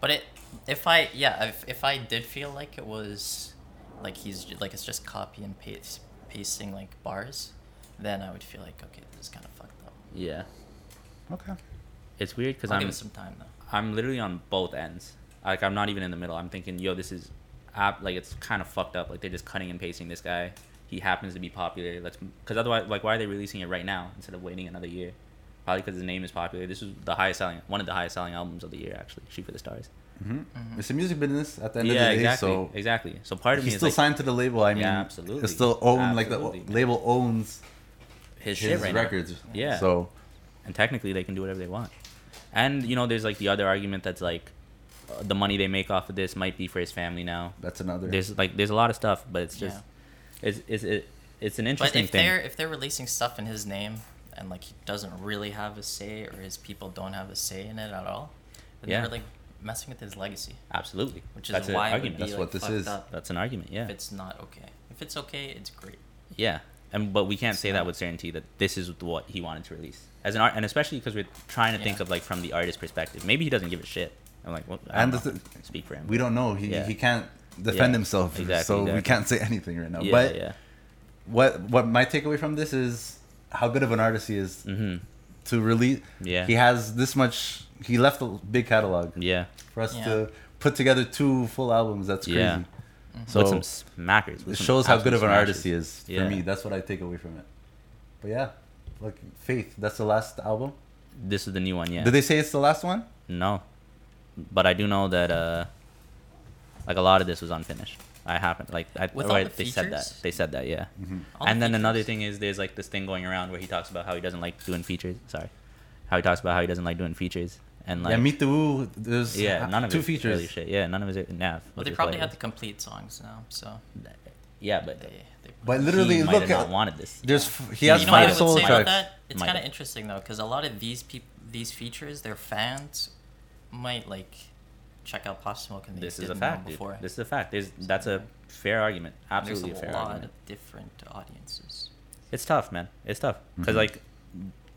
D: but it if I yeah if if I did feel like it was like he's j- like it's just copy and paste pasting like bars, then I would feel like okay this is kind of fucked up.
B: Yeah.
C: Okay.
B: Mm-hmm. It's weird because
D: I'll
B: I'm
D: give it some time, though.
B: I'm literally on both ends. Like I'm not even in the middle. I'm thinking, yo, this is, app like it's kind of fucked up. Like they're just cutting and pasting this guy. He happens to be popular. Let's because otherwise, like, why are they releasing it right now instead of waiting another year? Probably because his name is popular. This is the highest selling, one of the highest selling albums of the year, actually. Shoot for the Stars.
C: Mhm. it's a music business at the end
B: Yeah,
C: of the day.
B: exactly,
C: So
B: exactly. So part of
C: he's
B: me is
C: still
B: like-
C: signed to the label. I mean,
B: Yeah, absolutely,
C: It's still owned like the
B: absolutely.
C: label owns
B: his, shit right now.
C: records.
B: Yeah.
C: So
B: and technically they can do whatever they want. And you know, there's like the other argument that's like uh, the money they make off of this might be for his family now.
C: That's another.
B: There's like there's a lot of stuff, but it's just it's it's it, it's an
D: But
B: interesting
D: if
B: thing.
D: they're if they're releasing stuff in his name and like he doesn't really have a say or his people don't have a say in it at all, then
B: Yeah.
D: they're like messing with his legacy.
B: Absolutely.
D: Which is
B: That's an
D: why it would
B: argument.
D: be,
B: That's
D: like,
B: what this
D: fucked
B: is.
D: Up
B: That's an argument, yeah.
D: If it's not okay, if it's okay, it's great.
B: Yeah, and but we can't say that with certainty that this is what he wanted to release as an art, and especially because we're trying to think
D: Yeah.
B: of like from the artist perspective. Maybe he doesn't give a shit. I'm like, well, I
C: and
B: don't
C: the
B: know.
C: th-
B: speak for him.
C: We don't know. He
B: Yeah.
C: he can't defend
B: Yeah,
C: himself,
B: exactly,
C: so we
B: exactly.
C: can't say anything right now.
B: Yeah,
C: but
B: yeah.
C: what what my takeaway from this is how good of an artist he is
B: Mm-hmm.
C: to release.
B: Mm. Yeah.
C: he has this much. He left a big catalog.
B: Yeah,
C: for us
B: Yeah.
C: to put together two full albums. That's crazy.
B: Yeah. Mhm. With some smackers, with
C: it
B: some
C: shows how good
B: absolute
C: of an artist
B: smashes.
C: he is. For
B: Yeah.
C: me, that's what I take away from it. But yeah, like Faith. That's the last album.
B: This is the new one, yeah.
C: Did they say it's the last one?
B: No, but I do know that uh, like a lot of this was unfinished. I happened like I oh,
D: With all
B: right,
D: the
B: they said that
D: features?
B: they said that yeah.
C: Mm-hmm.
D: Mhm. All the
B: And then another thing is there's like this thing going around where he talks about how he doesn't like doing features. Sorry, how he talks about how he doesn't like doing features and like
C: yeah, Meet the Woo. There's
B: yeah none of
C: two
B: his
C: features.
B: early shit. Yeah, none of his nav.
D: Well, they probably had the complete songs now, so
B: yeah, but
C: But literally,
B: he might
C: look
B: have not
C: at-
B: wanted this.
C: there's f- he
D: You
C: has
D: know what I
C: five
D: would
C: solo
D: say about
C: tracks.
D: that? It's
B: Might
D: kind of
B: have.
D: interesting though, because a lot of these people, these features, their fans might like check out Pop Smoke and they
B: This is a
D: didn't
B: fact,
D: know
B: dude.
D: before.
B: This is a fact. There's that's a fair argument. Absolutely
D: There's
B: a fair
D: lot
B: argument.
D: of different audiences.
B: It's tough, man. It's tough because
D: Mhm.
B: like,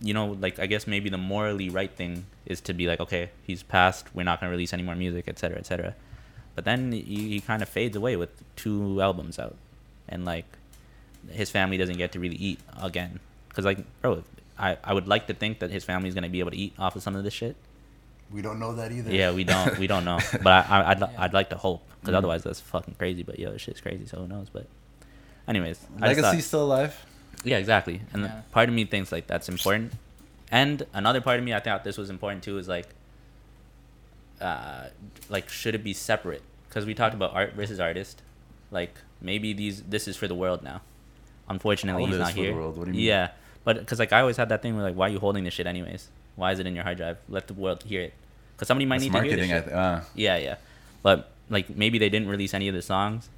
B: you know, like I guess maybe the morally right thing is to be like, okay, he's passed. We're not gonna release any more music, etc., cetera, etc. Cetera. But then he, he kind of fades away with two albums out, and like his family doesn't get to really eat again. Cause like, bro, I I would like to think that his family's gonna be able to eat off of some of this shit.
C: We don't know that either.
B: Yeah, we don't we don't know, but I, I I'd, li- I'd like to hope because
C: Mhm.
B: otherwise that's fucking crazy. But yo, this shit's crazy, so who knows? But anyways, I just
C: Legacy's
B: thought-
C: still alive.
B: Yeah, exactly. And
C: Yeah.
B: part of me thinks like that's important, and another part of me I thought this was important too is like, uh, like should it be separate? Because we talked about art versus artist, like maybe these this is for the world now. Unfortunately,
C: All
B: he's
C: this
B: not
C: for the
B: here.
C: world, what do you mean?
B: Yeah, but because like I always had that thing where like, why are you holding this shit anyways? Why is it in your hard drive? Let the world hear it, because somebody might
C: That's
B: need to
C: marketing,
B: hear
C: I
B: this shit.
C: thi- ah.
B: Yeah, yeah, but like maybe they didn't release any of the songs,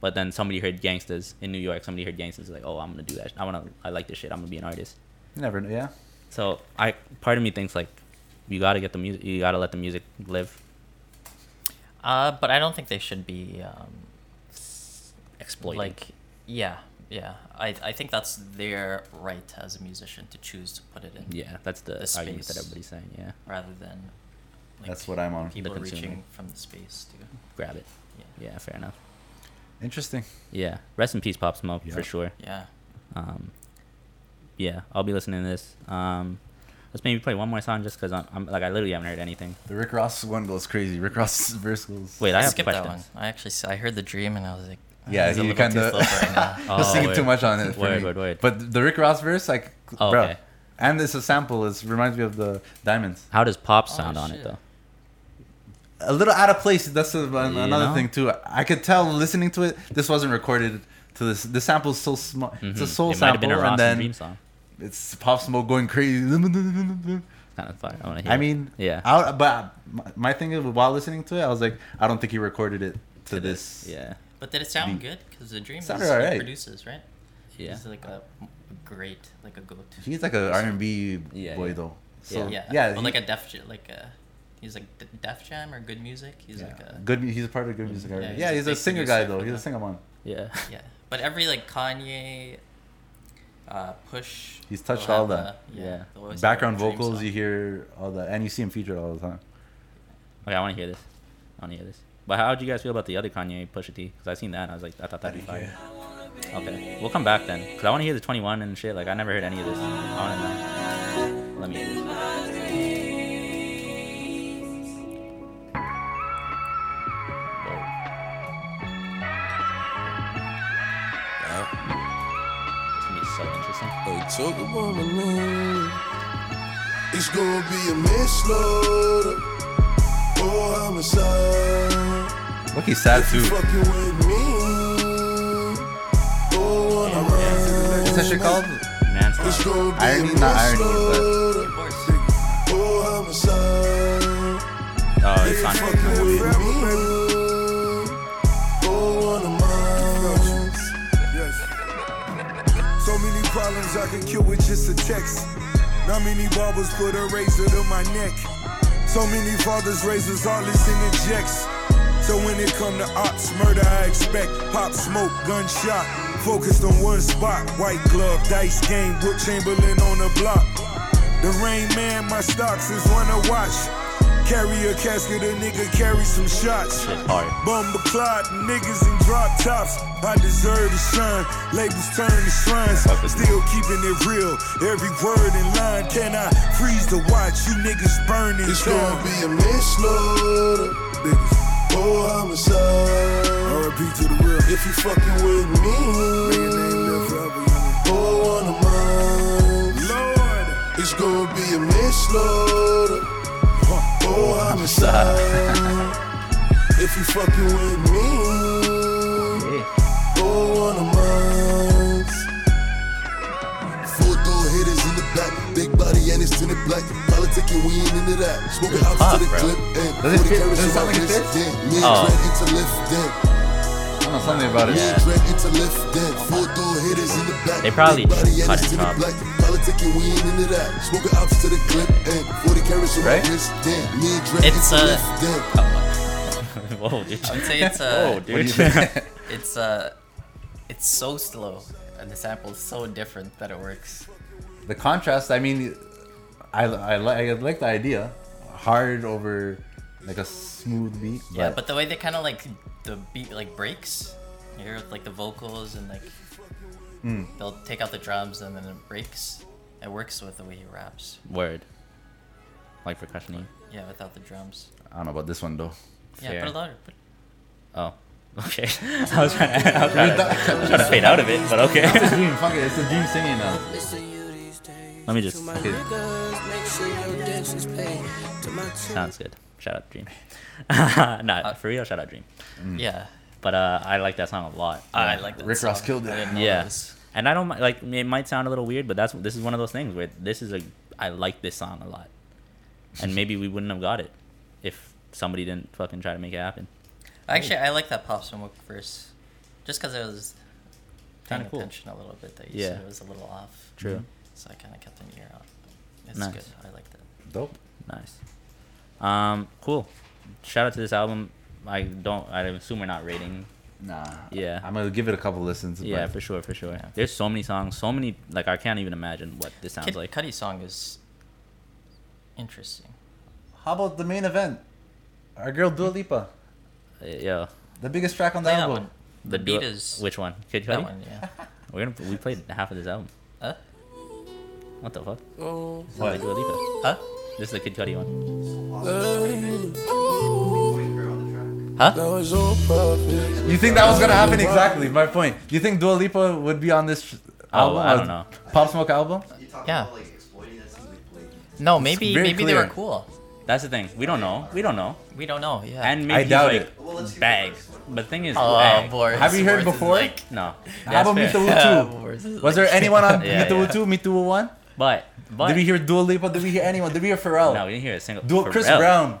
B: but then somebody heard Gangsters in New York. Somebody heard Gangsters like, oh, I'm gonna do that. I wanna, I like this shit. I'm gonna be an artist.
C: You never know. Yeah.
B: So I, part of me thinks like, you gotta get the music. You gotta let the music live.
D: Uh, but I don't think they should be um,
B: Exploited.
D: Like, yeah, yeah. I, I think that's their right as a musician to choose to put it in.
B: Yeah, that's the argument that
D: space
B: everybody's saying, yeah.
D: rather than
C: That's what I'm on. The
D: People
B: consumer.
D: reaching from the space to
B: Grab it. Yeah. fair enough.
C: Interesting.
B: Yeah. Rest in peace, Pop Smoke
C: Yeah.
B: for sure.
D: Yeah.
B: Um, yeah, I'll be listening to this. Um, let's maybe play one more song just because I'm, I'm like I literally haven't heard anything.
C: The Rick Ross one goes crazy. Rick Ross verse goes.
B: Wait, I have
D: skipped that
B: questions.
D: one. I actually s- I heard the dream and I was like, oh,
C: Yeah,
D: this is a
C: he
D: little
C: kind
D: too
C: of
D: slow for right
B: Oh,
D: now.
C: was singing too much on it. For
B: Word,
C: me.
B: word, word.
C: But the Rick Ross verse, like,
B: Oh,
C: bro,
B: okay.
C: and it's a sample. It reminds me of the Diamonds.
B: How does pop sound on it though?
C: A little out of place. That's a, an-
B: You
C: another
B: know?
C: thing too. I could tell listening to it. This wasn't recorded to this. The sample's so small. It's a
B: Mhm.
C: soul
B: It might have
C: sample,
B: been a Ross
C: and
B: and
C: then
B: Dream song.
C: it's Pop Smoke going crazy. Kind
B: of fire. I want to hear.
C: I
B: it.
C: mean,
B: yeah.
C: I, but my, my thing is, while listening to it, I was like, I don't think he recorded it to, this.
B: Yeah.
D: But did it sound
C: beat.
D: good? Because the dream is
C: Sounded
D: he
C: alright.
D: produces, right?
B: Yeah.
D: He's like a great, like a go-to.
C: He's like a R&B boy though. So,
D: yeah, yeah,
C: yeah,
D: But
C: he-
D: like a def, J- like a, he's like d- def jam or good music. He's like a
C: Good. mu- He's a part of good music.
D: Yeah,
C: already.
D: he's
C: Yeah,
D: a
C: he's a
D: big
C: singer guy
D: producer
C: though.
D: for
C: He's a
D: them.
C: singer man.
B: Yeah.
D: yeah. But every like Kanye, uh, push.
C: He's touched
D: they'll
C: all
D: have
C: the
D: a- yeah. they'll always have
C: background
D: a dream
C: vocals.
D: song.
C: You hear all that, and you see him featured all the time.
B: Okay, I want to hear this. I want to hear this. But how would you guys feel about the other Kanye Pusha T? Because I seen that and I was like, I thought that'd be fire. Okay, we'll come back then. Because I want to hear the 21 and shit. Like I never heard any of this. I want to know. Let me hear this. It's gonna be so interesting.
J: It's gonna be a manslaughter or homicide.
C: Look, he's sad
J: If
C: too.
J: you fucking with me, or on a run.
C: What's that shit called?
J: It's gonna be
C: Irony,
J: a
C: not irony,
J: manslaughter or homicide.
B: Oh, it's on.
J: Fucking with me, or on a run.
Q: So many problems I can kill with just a text. Not many barbers put a razor to my neck. So many fathers raise us all this in injects. So when it come to ops, murder I expect. Pop smoke, gunshot, focused on one spot. White glove, dice game, Brook Chamberlain on the block. The rain man, my stocks is one to watch. Carry a casket, a nigga carry some shots. Bumba clot, niggas in drop tops. I deserve to shine. Labels turn to shrines. Still keeping it real. Every word in line. Can I freeze the watch? You niggas burning.
J: It's gonna be a manslaughter. Or homicide. RP to the real. If you fucking with me, or on a mind. Lord, it's gonna be a manslaughter. Or homicide. if you fucking with me, or on a mind. Full door hitters in the back, big body and it's tinted black. Politicking, we ain't into that. Smoking house
C: Fuck,
J: to the
C: bro.
J: clip, and
C: Does it
J: 40
C: fit-
J: carats
C: does it
J: in
C: sound
J: my
C: like it
J: wrist,
C: fits?
J: yeah. Me and
C: Oh.
J: Drake into lift, then.
C: I don't know something about it.
J: Me and Drake into lift, then.
C: Oh,
J: Full door hitters in the back,
B: They probably
J: big body and
B: cut
J: it's
B: it
J: tinted
B: up.
J: black. Politicking, we ain't into that. Smoking house to the clip, and 40 carats in my
B: Right?
J: wrist, then. Me and Drake
D: It's,
J: into
D: uh,
J: lift, then.
B: Whoa, dude.
D: I would say it's uh,
B: Whoa, dude.
D: it's uh, it's so slow, and the sample is so different that it works.
C: The contrast. I mean, I I, li- I like the idea. Hard over like a smooth beat.
D: Yeah, but the way they kind of like the beat like breaks, you hear like the vocals and like
C: Mm.
D: they'll take out the drums and then it breaks. It works with the way he raps.
B: Word. Like percussion.
D: Yeah, without the drums.
C: I don't know about this one though.
D: Yeah, put it louder. Put...
B: Oh. Okay. I was trying to, I was trying to, I was trying to fade out of it, but okay.
C: it's a dream. Fuck it. It's a dream singing uh, now.
B: Let me just.
C: Okay.
B: Sounds good. Shout out Dream. Not for real. Shout out Dream.
D: Mm. Yeah.
B: But uh, I like that song a lot.
D: I like that Rick Ross song. killed it. I didn't know
B: Yeah.
D: this.
B: And I don't mi- like. It might sound a little weird, but that's this is one of those things where this is a. I like this song a lot, and maybe we wouldn't have got it if somebody didn't fucking try to make it happen.
D: Actually, I like that Pop Smoke verse, just because it was paying
B: Kinda cool.
D: attention a little bit. That you
B: Yeah.
D: said it was a little off.
B: True.
D: So I kind of kept an ear out. but It's
B: Nice.
D: good. I like that.
C: Dope.
B: Nice. Um, cool. Shout out to this album. I don't. I assume we're not rating.
C: Nah.
B: Yeah.
C: I'm gonna give it a couple listens.
B: Yeah,
C: but-
B: for sure, for sure. There's so many songs, so many. Like I can't even imagine what this sounds
D: Kid
B: like.
D: Cudi song is interesting.
C: How about the main event? Our girl Dua Lipa,
B: Uh, Yeah.
C: the biggest track on Oh. the
D: Play that
C: album.
D: one. The
B: Dua-
D: beat is-
B: which one? Kid Cudi.
D: that one, yeah.
B: We're gonna we played half of this album.
D: Huh?
B: What the fuck?
O: Oh.
B: This is the Dua Lipa.
D: Huh?
B: This is the Kid Cudi one.
D: Huh?
C: You think that was gonna happen exactly? My point. Do you think Dua Lipa would be on this album?
B: Oh, I
C: or
B: don't know.
C: Pop Smoke album?
D: Yeah. No, maybe
B: very
D: maybe they were
B: clear.
D: cool.
B: That's the thing. We don't know. We don't know.
D: We don't know. Yeah.
B: And maybe
C: I
B: he's
C: doubt
B: like,
C: it.
B: Bag. But the thing is,
D: Oh,
B: bag.
D: Boris.
C: Have you heard
D: Boris is
C: before?
D: like- uh,
B: No.
C: How about Meet the Woo
D: Boris
C: 2?
D: is
C: Was there
D: like-
C: anyone on
B: Yeah,
C: Meet the Woo
B: yeah.
C: 2, Meet the Woo 1?
B: But but
C: Did we hear Dua Lipa? Did we hear anyone? Did we hear Pharrell?
B: No, we didn't hear a single.
C: Dua, Chris
B: Pharrell.
C: Brown.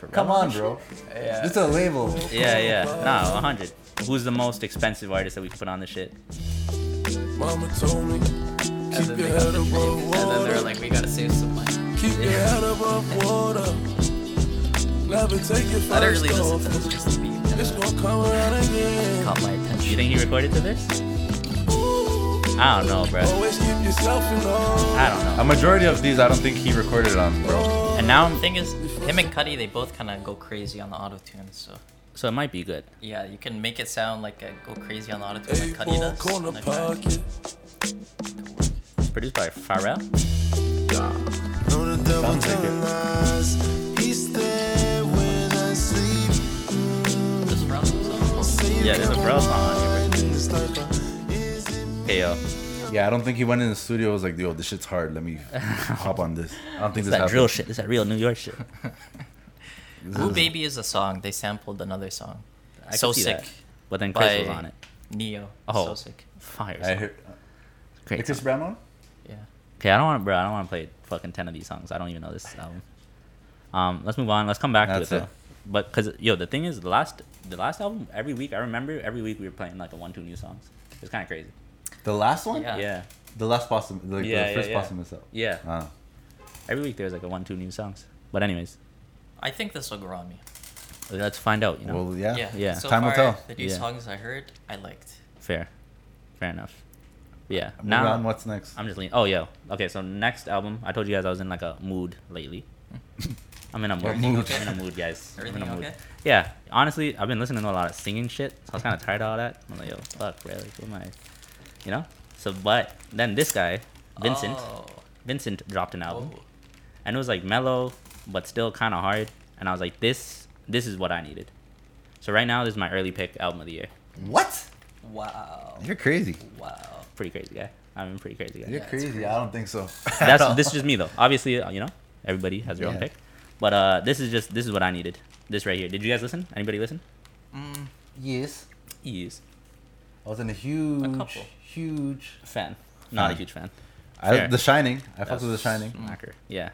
B: Pharrell
C: Come on,
B: shit.
C: bro.
B: Yeah.
C: This is a label.
B: Yeah, yeah. No, 100. Who's the most expensive artist that we could put on this shit?
J: Mama told me,
D: And then, they got the dream, and then they were like, we gotta save some money.
J: keep your head above water. Never take your
D: I don't
J: first
D: really listen
J: off.
D: to this, just the beat.
J: It's gonna come around again.
D: Caught my attention.
B: You think he recorded to this? I don't know, bro.
J: Always keep yourself in awe.
B: I don't know.
C: A majority of these, I don't think he recorded on, bro.
B: And now I'm
D: The thing is, him and Cuddy, they both kind of go crazy on the auto tune. So
B: so it might be good.
D: yeah, you can make it sound like a go crazy on the auto tune like Cuddy does. on the track.
B: It's produced by Pharrell.
J: Know the devil telling lies. He's there when I sleep.
B: Yeah, there's a Pharrell song on here. bro. Hey yo,
C: Yeah, I don't think he went in the studio and was like, yo, this shit's hard. Let me hop on this. I don't think
B: it's
C: this
B: that
C: happened.
B: drill shit. It's that real New York shit.
C: This
D: Ooh
C: is-
D: Baby is a song. They sampled another song.
B: Uh-huh. I can
D: so
B: see
D: sick.
B: that. But then Chris was
D: by
B: on it.
D: Neo.
B: Oh,
D: So sick.
B: fire!
C: I
B: song.
C: heard.
B: Great
C: Is Chris Brown on?
D: Yeah.
B: Okay, I don't want, bro. I don't want to play fucking ten of these songs. I don't even know this album. Um, let's move on. Let's come back
C: That's
B: to it,
C: it.
B: though. But cause yo, the thing is, the last the last album, every week I remember every week we were playing like a one two new songs. It's kind of crazy.
C: The last one?
D: Yeah.
B: Yeah.
C: The last possum, like
B: Yeah,
C: the
B: yeah,
C: first
B: yeah.
C: possum itself.
B: Yeah.
C: Ah.
B: Every week there's like a one two new songs. But anyways,
D: I think this will grow on me.
B: let's find out. You know.
C: Well, yeah.
D: Yeah.
B: Yeah.
D: So
C: Time will
D: far,
C: tell.
D: The new
B: Yeah.
D: songs I heard, I liked.
B: Fair. Fair enough. Yeah.
C: Move on, what's next?
B: I'm just leaning. Oh, yo. Okay, so next album. I told you guys I was in like a mood lately. I'm in a mood.
D: Everything okay?
B: I'm in a mood, guys. I'm in a
D: Everything
B: mood.
D: okay?
B: Yeah. Honestly, I've been listening to a lot of singing shit, so I was kind of tired of all that. I'm like, yo, fuck, bro. Like, what am I? You know. So, but then this guy, Vincent,
D: Oh.
B: Vincent dropped an album,
D: Oh.
B: and it was like mellow, but still kind of hard. And I was like, this, this is what I needed. So right now, this is my early pick album of the year.
C: What?
D: Wow.
C: You're crazy.
D: Wow.
B: Pretty crazy guy. I'm a pretty crazy guy.
C: You're crazy. I don't think so.
B: That's this is just me though. Obviously, uh, you know, everybody has their own
C: Yeah.
B: pick, but uh, this is just this is what I needed. This right here. Did you guys listen? Anybody listen?
D: Mm,
C: Yes.
B: Yes.
C: I wasn't a huge,
D: couple.
C: huge.
B: Fan. Not a
C: Fan.
B: huge fan.
C: I,
B: Fair.
C: the Shining. I
B: That's
C: fucked with The Shining.
B: Smacker. Yeah.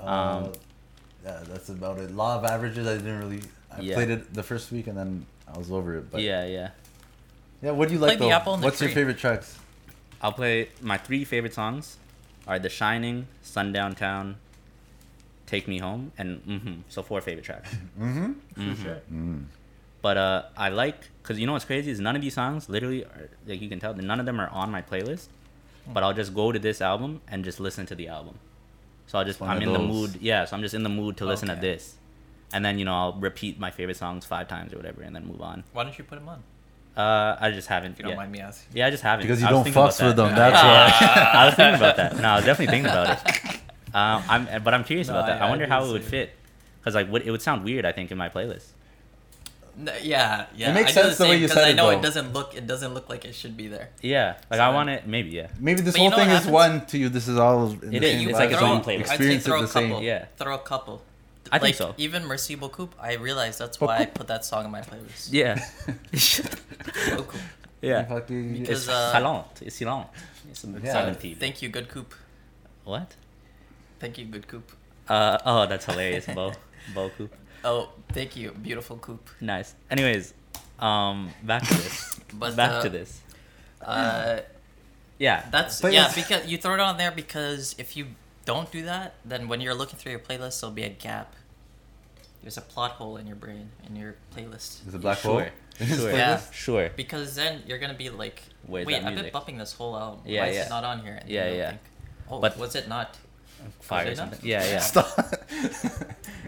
C: Uh,
B: Um,
C: yeah, that's about it. Law of Averages. I didn't really. I
B: Yeah.
C: played it the first week and then I was over it. But yeah.
B: yeah, yeah.
C: What do you
D: Play
C: like
D: the
C: though?
D: apple and the
C: What's your
D: tree.
C: favorite tracks?
B: I'll play my three favorite songs are The Shining, Sundown Town, Take Me Home, and Mm-hmm. So four favorite tracks.
C: Mm-hmm.
B: Mhm. But uh, I like because you know what's crazy is none of these songs literally are like you can tell none of them are on my playlist.
C: Hmm.
B: But I'll just go to this album and just listen to the album. So I'll just
C: One
B: I'm
C: of
B: in the
C: those.
B: mood. Yeah, so I'm just in the mood to listen to
D: Okay.
B: this. and then you know I'll repeat my favorite songs five times or whatever, and then move on.
D: Why don't you put him on?
B: Uh, I just haven't. If
D: you don't
B: yeah.
D: mind me asking.
B: Yeah, I just haven't.
C: Because you
B: I was
C: don't
B: thinking about
C: fucks with
B: that.
C: them,
D: Ah.
C: that's why.
B: I was thinking about that. No, I was definitely thinking about it. Um, I'm, but I'm curious
D: No,
B: about that.
D: I-
B: I,
D: I
B: wonder
D: do
B: how
D: the
B: it would
D: same.
B: fit, because like, what, it would sound weird, I think, in my playlist.
D: No, yeah, yeah.
C: makes
D: I do
C: sense the way
D: same
C: you
D: 'cause
C: said
D: I
C: it,
D: know
C: though.
D: it doesn't look. It doesn't look like it should be there.
B: Yeah, like I
D: So-
B: want it. Maybe yeah.
C: Maybe this
D: But
C: whole
D: you know
C: thing
D: what
C: is
D: happens?
C: one to you. This is all. In
B: It
C: the
B: is,
C: Same
B: it's like its
C: vibe.
B: own playlist.
D: I'd say
C: Experience it
D: throw
C: the
D: a
C: same.
D: couple.
B: Yeah.
D: Throw a couple.
B: I think
D: Like,
B: so.
D: Even Merci Beaucoup, I realized that's
B: Beaucoup.
D: why I put that song in my playlist.
B: Yeah.
D: Beaucoup.
B: Yeah.
C: Fucking-
B: It's
D: Because, uh,
B: silent. It's silent. It's
D: So,
B: silent people.
D: Thank you, good coop.
B: What?
D: Thank you, good coop.
B: Uh, oh, that's hilarious, Bo. Bo Coop.
D: Oh, thank you, beautiful coop.
B: Nice. Anyways, um, back to this.
D: But,
B: back
D: uh,
B: to this.
D: Uh,
B: Yeah.
D: That's
B: But
D: yeah,
B: it's-
D: because you throw it on there because if you don't do that, then when you're looking through your playlist, there'll be a gap. There's a plot hole in your brain in your playlist.
C: There's a black
B: Sure.
C: hole. in his
B: Sure.
C: playlist?
D: Yeah.
B: Sure.
D: Because then you're gonna be like,
B: Where's
D: wait,
B: that
D: I've been
B: music?
D: bumping this whole album.
B: Yeah,
D: Why is
B: yeah.
D: it not on here? And
B: Yeah,
D: then you'll
B: yeah.
D: think, oh,
B: But-
D: was it not?
B: fire
D: was
B: or
D: it not?"
B: something. Yeah, yeah.
C: Stop.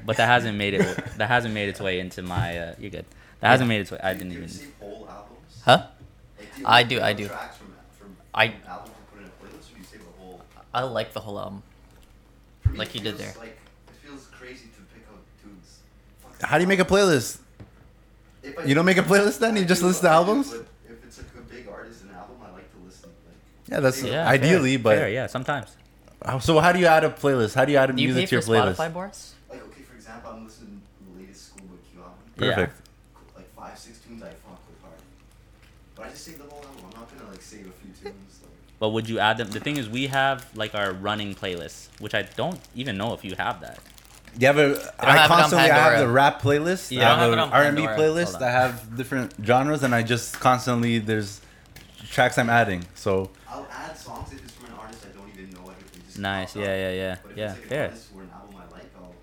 B: but that hasn't made it. That hasn't made its way into my. Uh, you're good. That hasn't made its way. I didn't even.
E: Whole albums?
D: Huh?
E: Like, do you
D: I
E: like
D: do,
E: pick
D: I
E: out
D: do.
E: Tracks from, from,
D: I-
E: from albums and put in a playlist, or do you save the whole?
D: I like the whole album,
E: For me,
D: like
E: it
D: you did
E: feels
D: there.
E: Like it feels crazy to pick out tunes.
C: How do you make a playlist?
E: If I-
C: You don't make a playlist then? You just listen to
E: I do,
C: albums?
E: but If it's like a big artist and album, I like to listen. Like,
C: Yeah, that's
E: Yeah,
C: ideally,
B: fair,
C: but
B: fair, yeah, sometimes.
C: Uh, So how do you add a playlist? How do you add
D: Do you
C: music
D: pay
C: to your
D: for
C: playlist?
D: Spotify, Boris?
E: like okay, for example, I'm listening to the latest Schoolboy Q album.
C: Perfect.
E: Like five, six tunes I fuck with hard. But I just save the whole album. I'm not gonna like save a few tunes. Like,
B: But would you add them? The thing is, we have like our running playlist, which I don't even know if you have that.
C: You have a.
B: I
C: I
B: have it on
C: constantly I have
B: Pandora.
C: the rap playlist.
B: Yeah.
C: I have
B: I
C: an
B: don't
C: R
B: have
C: and
B: it
C: B
B: on Pandora.
C: playlist.
B: Hold
C: I have different genres, and I just constantly there's tracks I'm adding. So
E: I'll add songs if it's from an artist I don't even know. Like if they just
B: Nice.
E: popped
B: Yeah,
E: up.
B: yeah, yeah,
E: But if
B: yeah.
E: It's like an
B: Fair.
E: artist or an album I like, I'll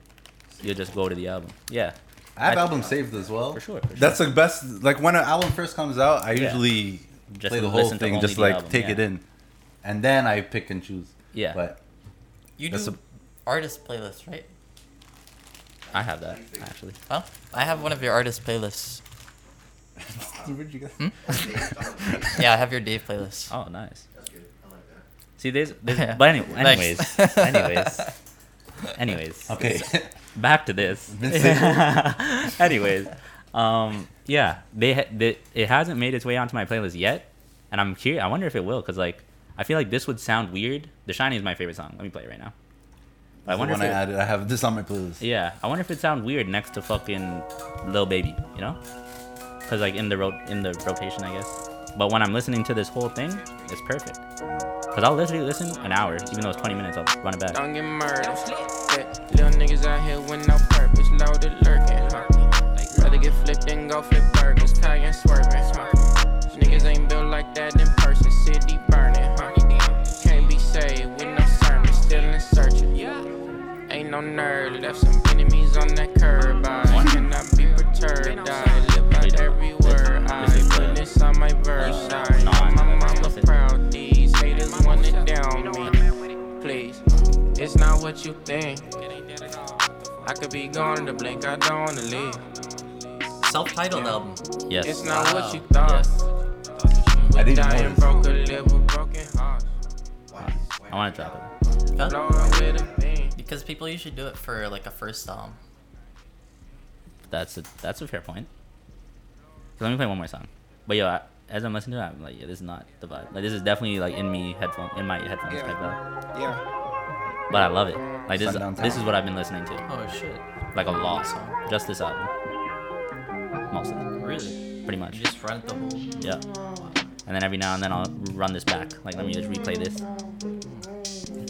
B: You'll just go to the album. Yeah.
C: I have
B: I-
C: albums saved as well.
B: For sure, for sure.
C: That's the best. Like when an album first comes out, I
B: Yeah.
C: usually
B: Just
C: play the whole
B: listen to
C: thing,
B: only
C: just
B: the
C: like
B: album,
C: take it
B: yeah.
C: in, and then I pick and choose.
B: Yeah.
C: But
D: You
C: That's
D: do artist playlists, right?
B: I have that actually.
D: Huh? I have one of your artist playlists.
C: Where'd you get?
D: yeah, I have your Dave playlist.
B: Oh, nice.
E: That's good. I like that.
B: See, there's, there's
D: Yeah.
B: but any,
D: Thanks.
B: anyways, anyways, anyways.
C: Okay.
B: Back to this.
C: Missing.
B: anyways, um, yeah, they, ha- they it hasn't made its way onto my playlist yet, and I'm curious. I wonder if it will, cause like I feel like this would sound weird. The Shining is my favorite song. Let me play it right now. But
C: I wonder when I
B: it-
C: added, I have this on my playlist.
B: Yeah, I wonder if it sound weird next to fucking Lil Baby, you know? Cause like in the ro- in the rotation, I guess. But when I'm listening to this whole thing, it's perfect. Cause I'll literally listen an hour, even though it's 20 minutes. I'll run it back.
O: Don't get murdered. That Little niggas out here with no purpose, loaded lurking. Huh? Rather get flipped than go flip burgers, tie and swerving. Huh? Niggas ain't built like that in person, city burning. Huh? Can't be saved with no sermon, still in search of Ain't no nerd, left some enemies on that curb. I cannot be perturbed. I live by every word. I put this on my verse. I know my mama proud. These haters wanna down me. Please, it's not what you think. I could be gone in the blink. I don't wanna leave.
D: Self-titled album.
B: Yes.
O: It's not
D: Wow.
O: what you thought.
C: I didn't
O: Dying
C: notice.
O: broke a liver, broken heart.
B: I want to drop it.
D: Because people usually do it for like a first album.
B: That's a that's a fair point. So let me play one more song. But yo, I, as I'm listening to it, I'm like, yeah, this is not the vibe. Like this is definitely like in me headphone in my headphones type vibe. Yeah. But I love it. Like this
C: Sundown
B: this is
C: Town.
B: what I've been listening to.
D: Oh shit.
B: Like a lot. Just this album. Mostly.
D: Really?
B: Pretty much.
D: You just run it the whole.
B: Yeah. And then every now and then I'll run this back. Like let me just replay this.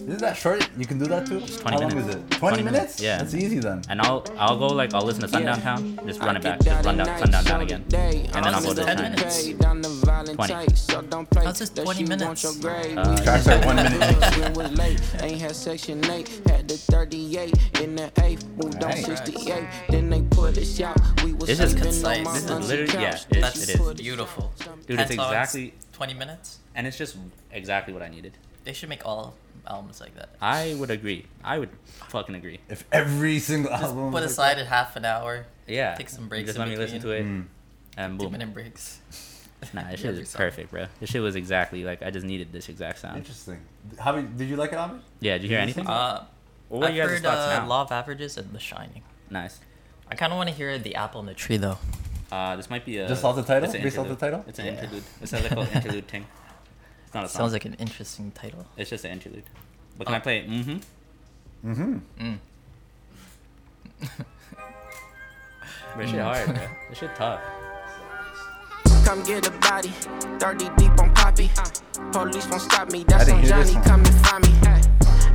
C: Is that short? You can do that too. It's
B: 20
C: How
B: minutes.
C: long is it? 20, minutes?
B: Yeah.
C: That's easy then.
B: And I'll I'll go like I'll listen to Sundown Town, just run it back, just run down Sundown Town again, and then I'll go to
D: Ten
B: China.
D: minutes.
B: Twenty.
D: How's this 20 minutes?
B: Uh,
C: Tracks are one minute each.
O: When was late, ain't had section 8, had the 38 in the 8, moved on
B: Nice.
O: 68, then they put us out. We was
B: This is
O: sleeping on
B: concise.
O: my
B: This is
O: auntie
B: literally- yeah,
O: couch.
B: it-
D: That's
B: it is.
D: beautiful.
B: Dude,
D: That's
B: it's
D: all
B: exactly
D: 20 minutes.
B: and it's just exactly what I needed.
D: They should make all albums like that.
B: I would agree. I would fucking agree.
C: If every single
D: Just
C: album,
D: put aside a half an hour.
B: Yeah.
D: Take some breaks.
B: Just
D: in
B: let me listen to
D: between.
B: it.
C: Hmm.
B: And boom.
D: Two-minute breaks.
B: Nah, this shit
D: Every
B: is
D: song.
B: perfect, bro. This shit was exactly like I just needed this exact sound.
C: Interesting. How many, did you like it, Ahmed?
B: Yeah, did you hear anything?
D: Uh,
B: What were
D: I've
B: you guys'
D: heard
B: thoughts
D: uh,
B: now?
D: Law of Averages and The Shining.
B: Nice.
D: I kind of want to hear The Apple in the Tree though.
B: Uh, this might be a
C: Just off the title?
B: it's an
C: Based off the
B: interlude.
C: title?
B: It's an
C: Yeah.
B: interlude. It sounds like an interlude thing. It's not a song.
D: Sounds like an interesting title.
B: It's just an interlude. But can
D: Oh.
B: I
D: Mm.
B: play? Mm-hmm.
C: Mm-hmm.
D: Mm.
B: This shit hard, bro. This shit tough.
G: Come get a body, 30 deep on poppy.
O: Uh.
G: Police won't stop me, that's
B: didn't
G: on
B: hear this
G: Johnny.
B: one.
G: Come and find me.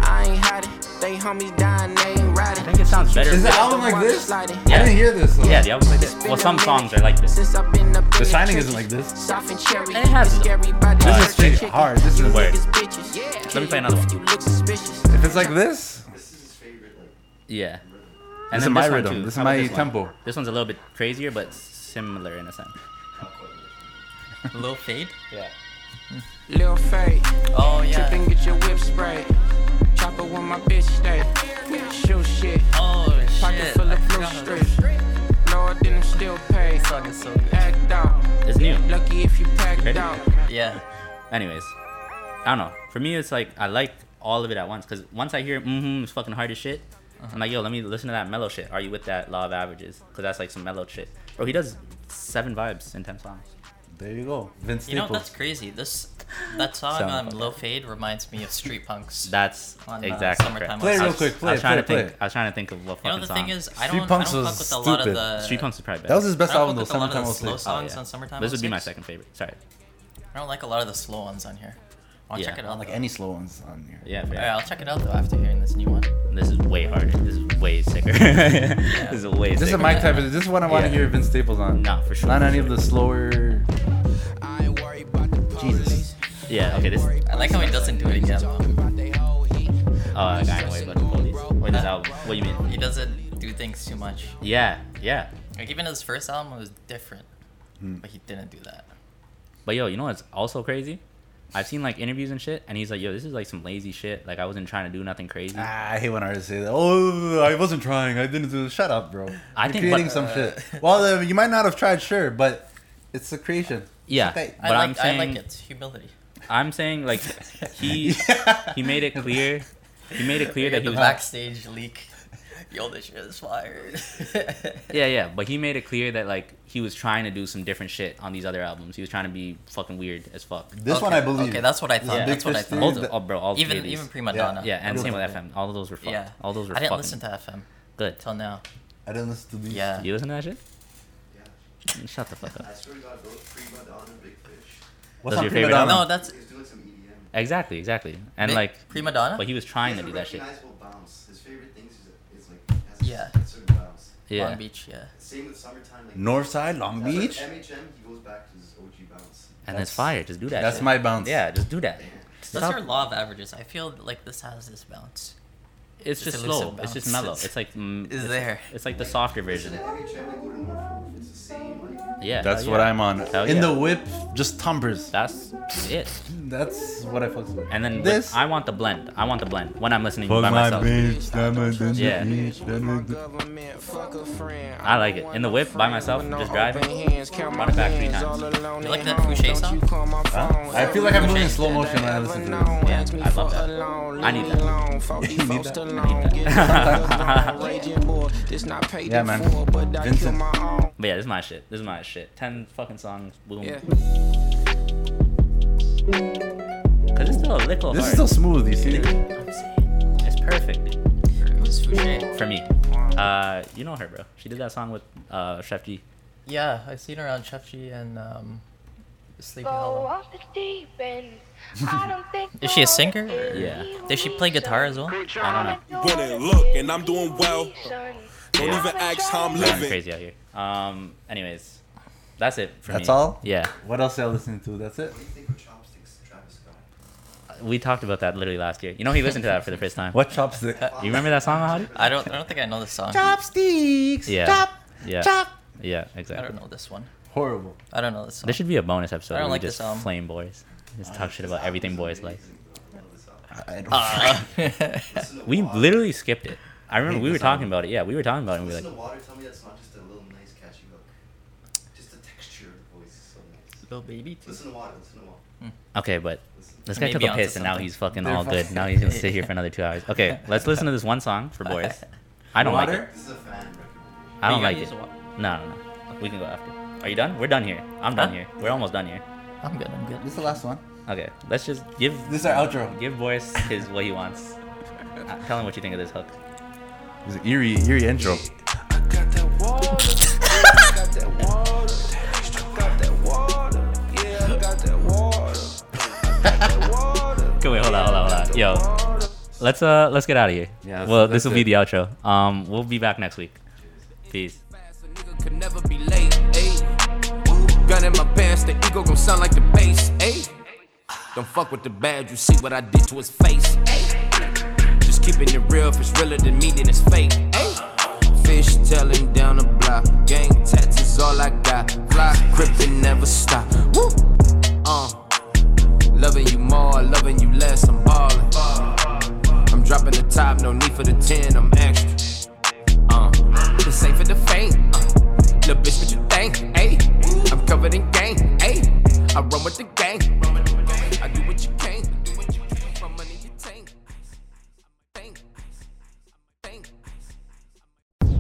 G: I ain't had it. They homies dying, they ain't riding. I think
B: it sounds better.
C: Is the album like this? I didn't hear this. Song.
B: Yeah, the album's like this. Well, some songs are like this.
C: The Shining isn't like this.
G: Soft and cherry.
D: And it has
B: Uh,
C: This is straight hard. This is
B: Word.
G: bitches. Yeah.
B: Let me play another one.
C: If it's like this,
B: Yeah.
C: This is
B: then
C: my
B: one
C: rhythm.
B: too.
C: This is
B: How about
C: my
B: one?
C: tempo.
B: This one's a little bit crazier, but similar in a sense.
D: Little fade.
B: Yeah.
G: Lil Fade.
D: Oh yeah.
G: Trip and get your whip sprayed. Chopper with my bitch stay. Shoot shit.
D: Oh
G: Pocket
D: shit,
G: full
D: I
G: of blue
D: forgot about
G: strips. Lower than I'm still paid.
D: Song is so good.
G: Act out.
B: It's new.
G: Lucky if you packed
B: Ready?
G: out.
D: Yeah.
B: Anyways, I don't know. For me, it's like I like all of it at once because once I hear mm-hmm, it's fucking hard as shit. I'm like, yo, let me listen to that mellow shit. Are you with that law of averages? Because that's like some mellow shit. Bro, he does seven vibes in ten songs.
C: There you go. Vince
D: You know
C: Staples.
D: that's crazy. This that song
B: Sound
D: um,
B: effect.
D: Low Fade reminds me of Street Punks.
B: That's
D: on, uh,
B: exactly.
D: Summertime
B: correct.
C: Play
D: Love.
C: real
B: I was-
C: quick,
B: I
C: play
B: was
C: it,
B: trying
C: play
B: to
C: it,
B: think.
C: play
B: I was trying to think of what
D: You
B: fucking
D: know the thing
B: song.
D: is, uh, I
C: Street
D: don't,
C: Punks
D: I don't fuck
C: was
D: with a lot of
C: stupid.
D: the
B: Street Punks is probably better.
C: That was his best
D: I don't
C: album though.
D: fuck with a lot
C: Summertime
D: of the slow
C: 06.
B: Oh,
D: songs
B: yeah.
D: on Summertime
B: This would be my
D: 06.
B: second favorite. Sorry.
D: I don't like a lot of the slow ones on here. I'll check it out.
C: Like
D: though.
C: any slow ones on here.
B: Yeah.
D: All
B: fair.
D: right, I'll check it out though after hearing this new one.
B: This is way harder. This is way sicker. this is way.
C: This is
B: sicker.
C: my type of. This is what I want to
B: Yeah.
C: hear Vince Staples on.
B: Nah, for sure,
C: Not
B: for
C: any of
B: sure.
C: the slower. Jesus.
B: Yeah. Okay. This.
D: I like how he doesn't do it again.
B: Oh, I got away, but the police. Or this album. What do you mean?
D: He doesn't do things too much.
B: Yeah. Yeah.
D: Like even his first album was different,
B: Hmm.
D: but he didn't do that.
B: But yo, you know what's also crazy? I've seen like interviews and shit, and he's like, "Yo, this is like some lazy shit. Like I wasn't trying to do nothing crazy."
C: Ah, I hate when artists say that. Oh, I wasn't trying. I didn't do. Shut up, bro.
B: I
C: You're
B: think-
C: creating
B: but-
C: some shit. Well, uh, you might not have tried, sure, but it's a creation.
B: Yeah,
C: Okay.
D: I
B: But I'm
D: like I like
B: saying-
D: it. Humility.
B: I'm saying like he he made it clear. He made it clear
D: We
B: that
D: got
B: he
D: the
B: was
D: backstage leak. Yo, this shit is fire.
B: Yeah, yeah, but he made it clear that like he was trying to do some different shit on these other albums. He was trying to be fucking weird as fuck.
C: This one I believe.
D: Okay, that's what I thought.
B: Yeah.
D: That's what I
C: Big
D: thought.
B: all the, oh, bro, all three
D: even
B: of these.
D: even prima donna.
B: Yeah, and
C: I
B: same with
C: love
B: FM. All of those were fucked.
D: Yeah.
B: All those were
D: I didn't
B: fucking
D: listen to FM
B: good.
D: till now.
C: I didn't listen to these.
D: Yeah.
B: You listen to that shit? Shut the fuck
E: I
B: up.
E: swear to God, both Prima Donna and Big Fish.
C: What's on
B: Those are your
C: Prima
B: favorite
C: Donna?
D: No, that's
E: He's doing some E EDM.
B: Exactly, exactly. And
D: Big-
B: like
D: prima donna.
B: But he was
E: He
B: trying
E: has
B: to
E: a
B: do that shit.
E: recognizable bounce. His favorite things is, is like has a
D: Yeah.
E: certain bounce.
B: Yeah.
D: Long Beach. Yeah.
E: Same with summertime. Like
C: Northside, Long
E: That's
C: Beach.
E: Like MHM, he goes back to his OG bounce.
B: And it's fire. Just do that.
C: That's
B: shit.
C: my bounce.
B: Yeah, just do that.
D: That's
B: Stop.
D: your law of averages. I feel like this has this bounce.
B: It's just
D: It's
B: slow.
D: elusive
B: It's just
D: bounce.
B: mellow. It's like mm,
D: Is
B: it's-
D: there.
B: It's like the softer
E: Listen
B: version.
E: to MHM, I go to Norfolk. It's the same. Like,
B: Yeah.
C: That's
B: hell
C: what
B: yeah.
C: I'm on.
B: Hell
C: In
B: yeah.
C: the whip, just tumbers.
B: That's it.
C: That's what I fucks with.
B: And then with-
C: this.
B: I want the blend. I want the blend when I'm listening by myself. Yeah. I like it. In the whip, by myself, just driving. Run it back three times.
D: You like that Fouché song?
C: Huh? I feel like I'm moving in slow motion when I listen to this.
B: Yeah, I love that. I need that.
C: you need that.
G: Yeah,
C: Yeah, man. Vincent.
B: But yeah, this is my shit. This is my shit. Ten fucking songs. Boom.
G: Yeah.
B: Cause it's still a little
C: This is still
B: hard.
C: smooth. You see?
B: It's perfect
D: Who's Fouché?
B: for me. Uh, you know her, bro. She did that song with uh Chef G.
D: Yeah, I've seen her on Chef G and um, Sleepy
K: uh,
D: Hollow.
R: off the deep end. I don't think
D: Is she a singer? or-
B: Yeah.
D: Does she play guitar as well?
B: I
R: Running, look, and I'm doing well.
B: don't know.
R: Don't
B: Yeah.
R: even ask how I'm
B: It's
R: living.
B: Going crazy out here. Um. Anyways, that's it for me.
C: That's all.
B: Yeah.
C: What else y'all listening to? That's it.
E: what do you think of Chopsticks, Travis Scott?
B: We talked about that literally last year. You know, he listened to that for the first time.
C: What chopstick?
B: You remember that song, Hadi?
D: I don't. I don't think I know this song.
C: Chopsticks.
B: Yeah.
C: Chop.
B: Yeah.
C: Chop.
B: Yeah.
D: I
B: Exactly.
D: don't know this one.
C: Horrible.
D: I don't know this song.
B: This should be a bonus episode.
D: I don't
B: where we
D: like
B: just
D: this album.
B: flame boys. Just talk shit about everything boys like.
E: I
C: I
E: love this album.
C: don't
B: Uh, we literally skipped it. I remember
C: hate
B: we were
C: this
B: talking about it. Yeah, we were talking about it. And we were
E: Listen
B: like,
E: to water. Tell me that's not just a little nice catchy hook. Just the texture of the voice is so nice.
D: Little baby.
E: Listen to water. Listen to water.
B: okay, but this guy
D: Maybe
B: took a
D: onto
B: piss and now
D: something.
B: he's fucking
D: They're
B: all good.
D: fucking-
B: Now he's gonna sit here for another two hours. Okay, let's listen to this one song for Boris. I don't like
E: Water?
B: it.
E: This is a fan recommendation.
B: I don't
D: Are
B: like
D: you
B: it.
D: gonna
B: No, no, no. We can go after. Are you done? We're done here. I'm done
D: Huh?
B: here. We're almost done here.
D: I'm good. I'm good.
C: This is the last one.
B: Okay, let's just give
C: This is our outro.
B: Give Boris his what he wants. Uh, Tell him what you think of this hook.
C: It's an eerie, eerie intro.
B: Okay, wait, hold on, hold on, hold on. Yo, let's uh, let's get out of here.
C: Yeah,
B: well,
C: that's-
B: this will be
C: that's
B: the outro. Um, we'll be back next week. Peace.
S: could never be late, ayy. Gun in my pants, the ego gon' sound like the bass, ayy. Don't fuck with the badge, you see what I did to his face, ayy. Just keeping it real, if it's realer than me, then it's fake, ayy. Fish tailing down the block, gang tats is all I got. Fly, crippin' never stop, woo. Uh, loving you more, loving you less, I'm ballin'. I'm dropping the top, no need for the 10, I'm extra. Uh, this ain't for the faint. Uh, little bitch, what you think? Ayy, I'm covered in gang. Ayy, I run with the gang. I do what you can. I do what you can. From money you tank. Tank. Tank.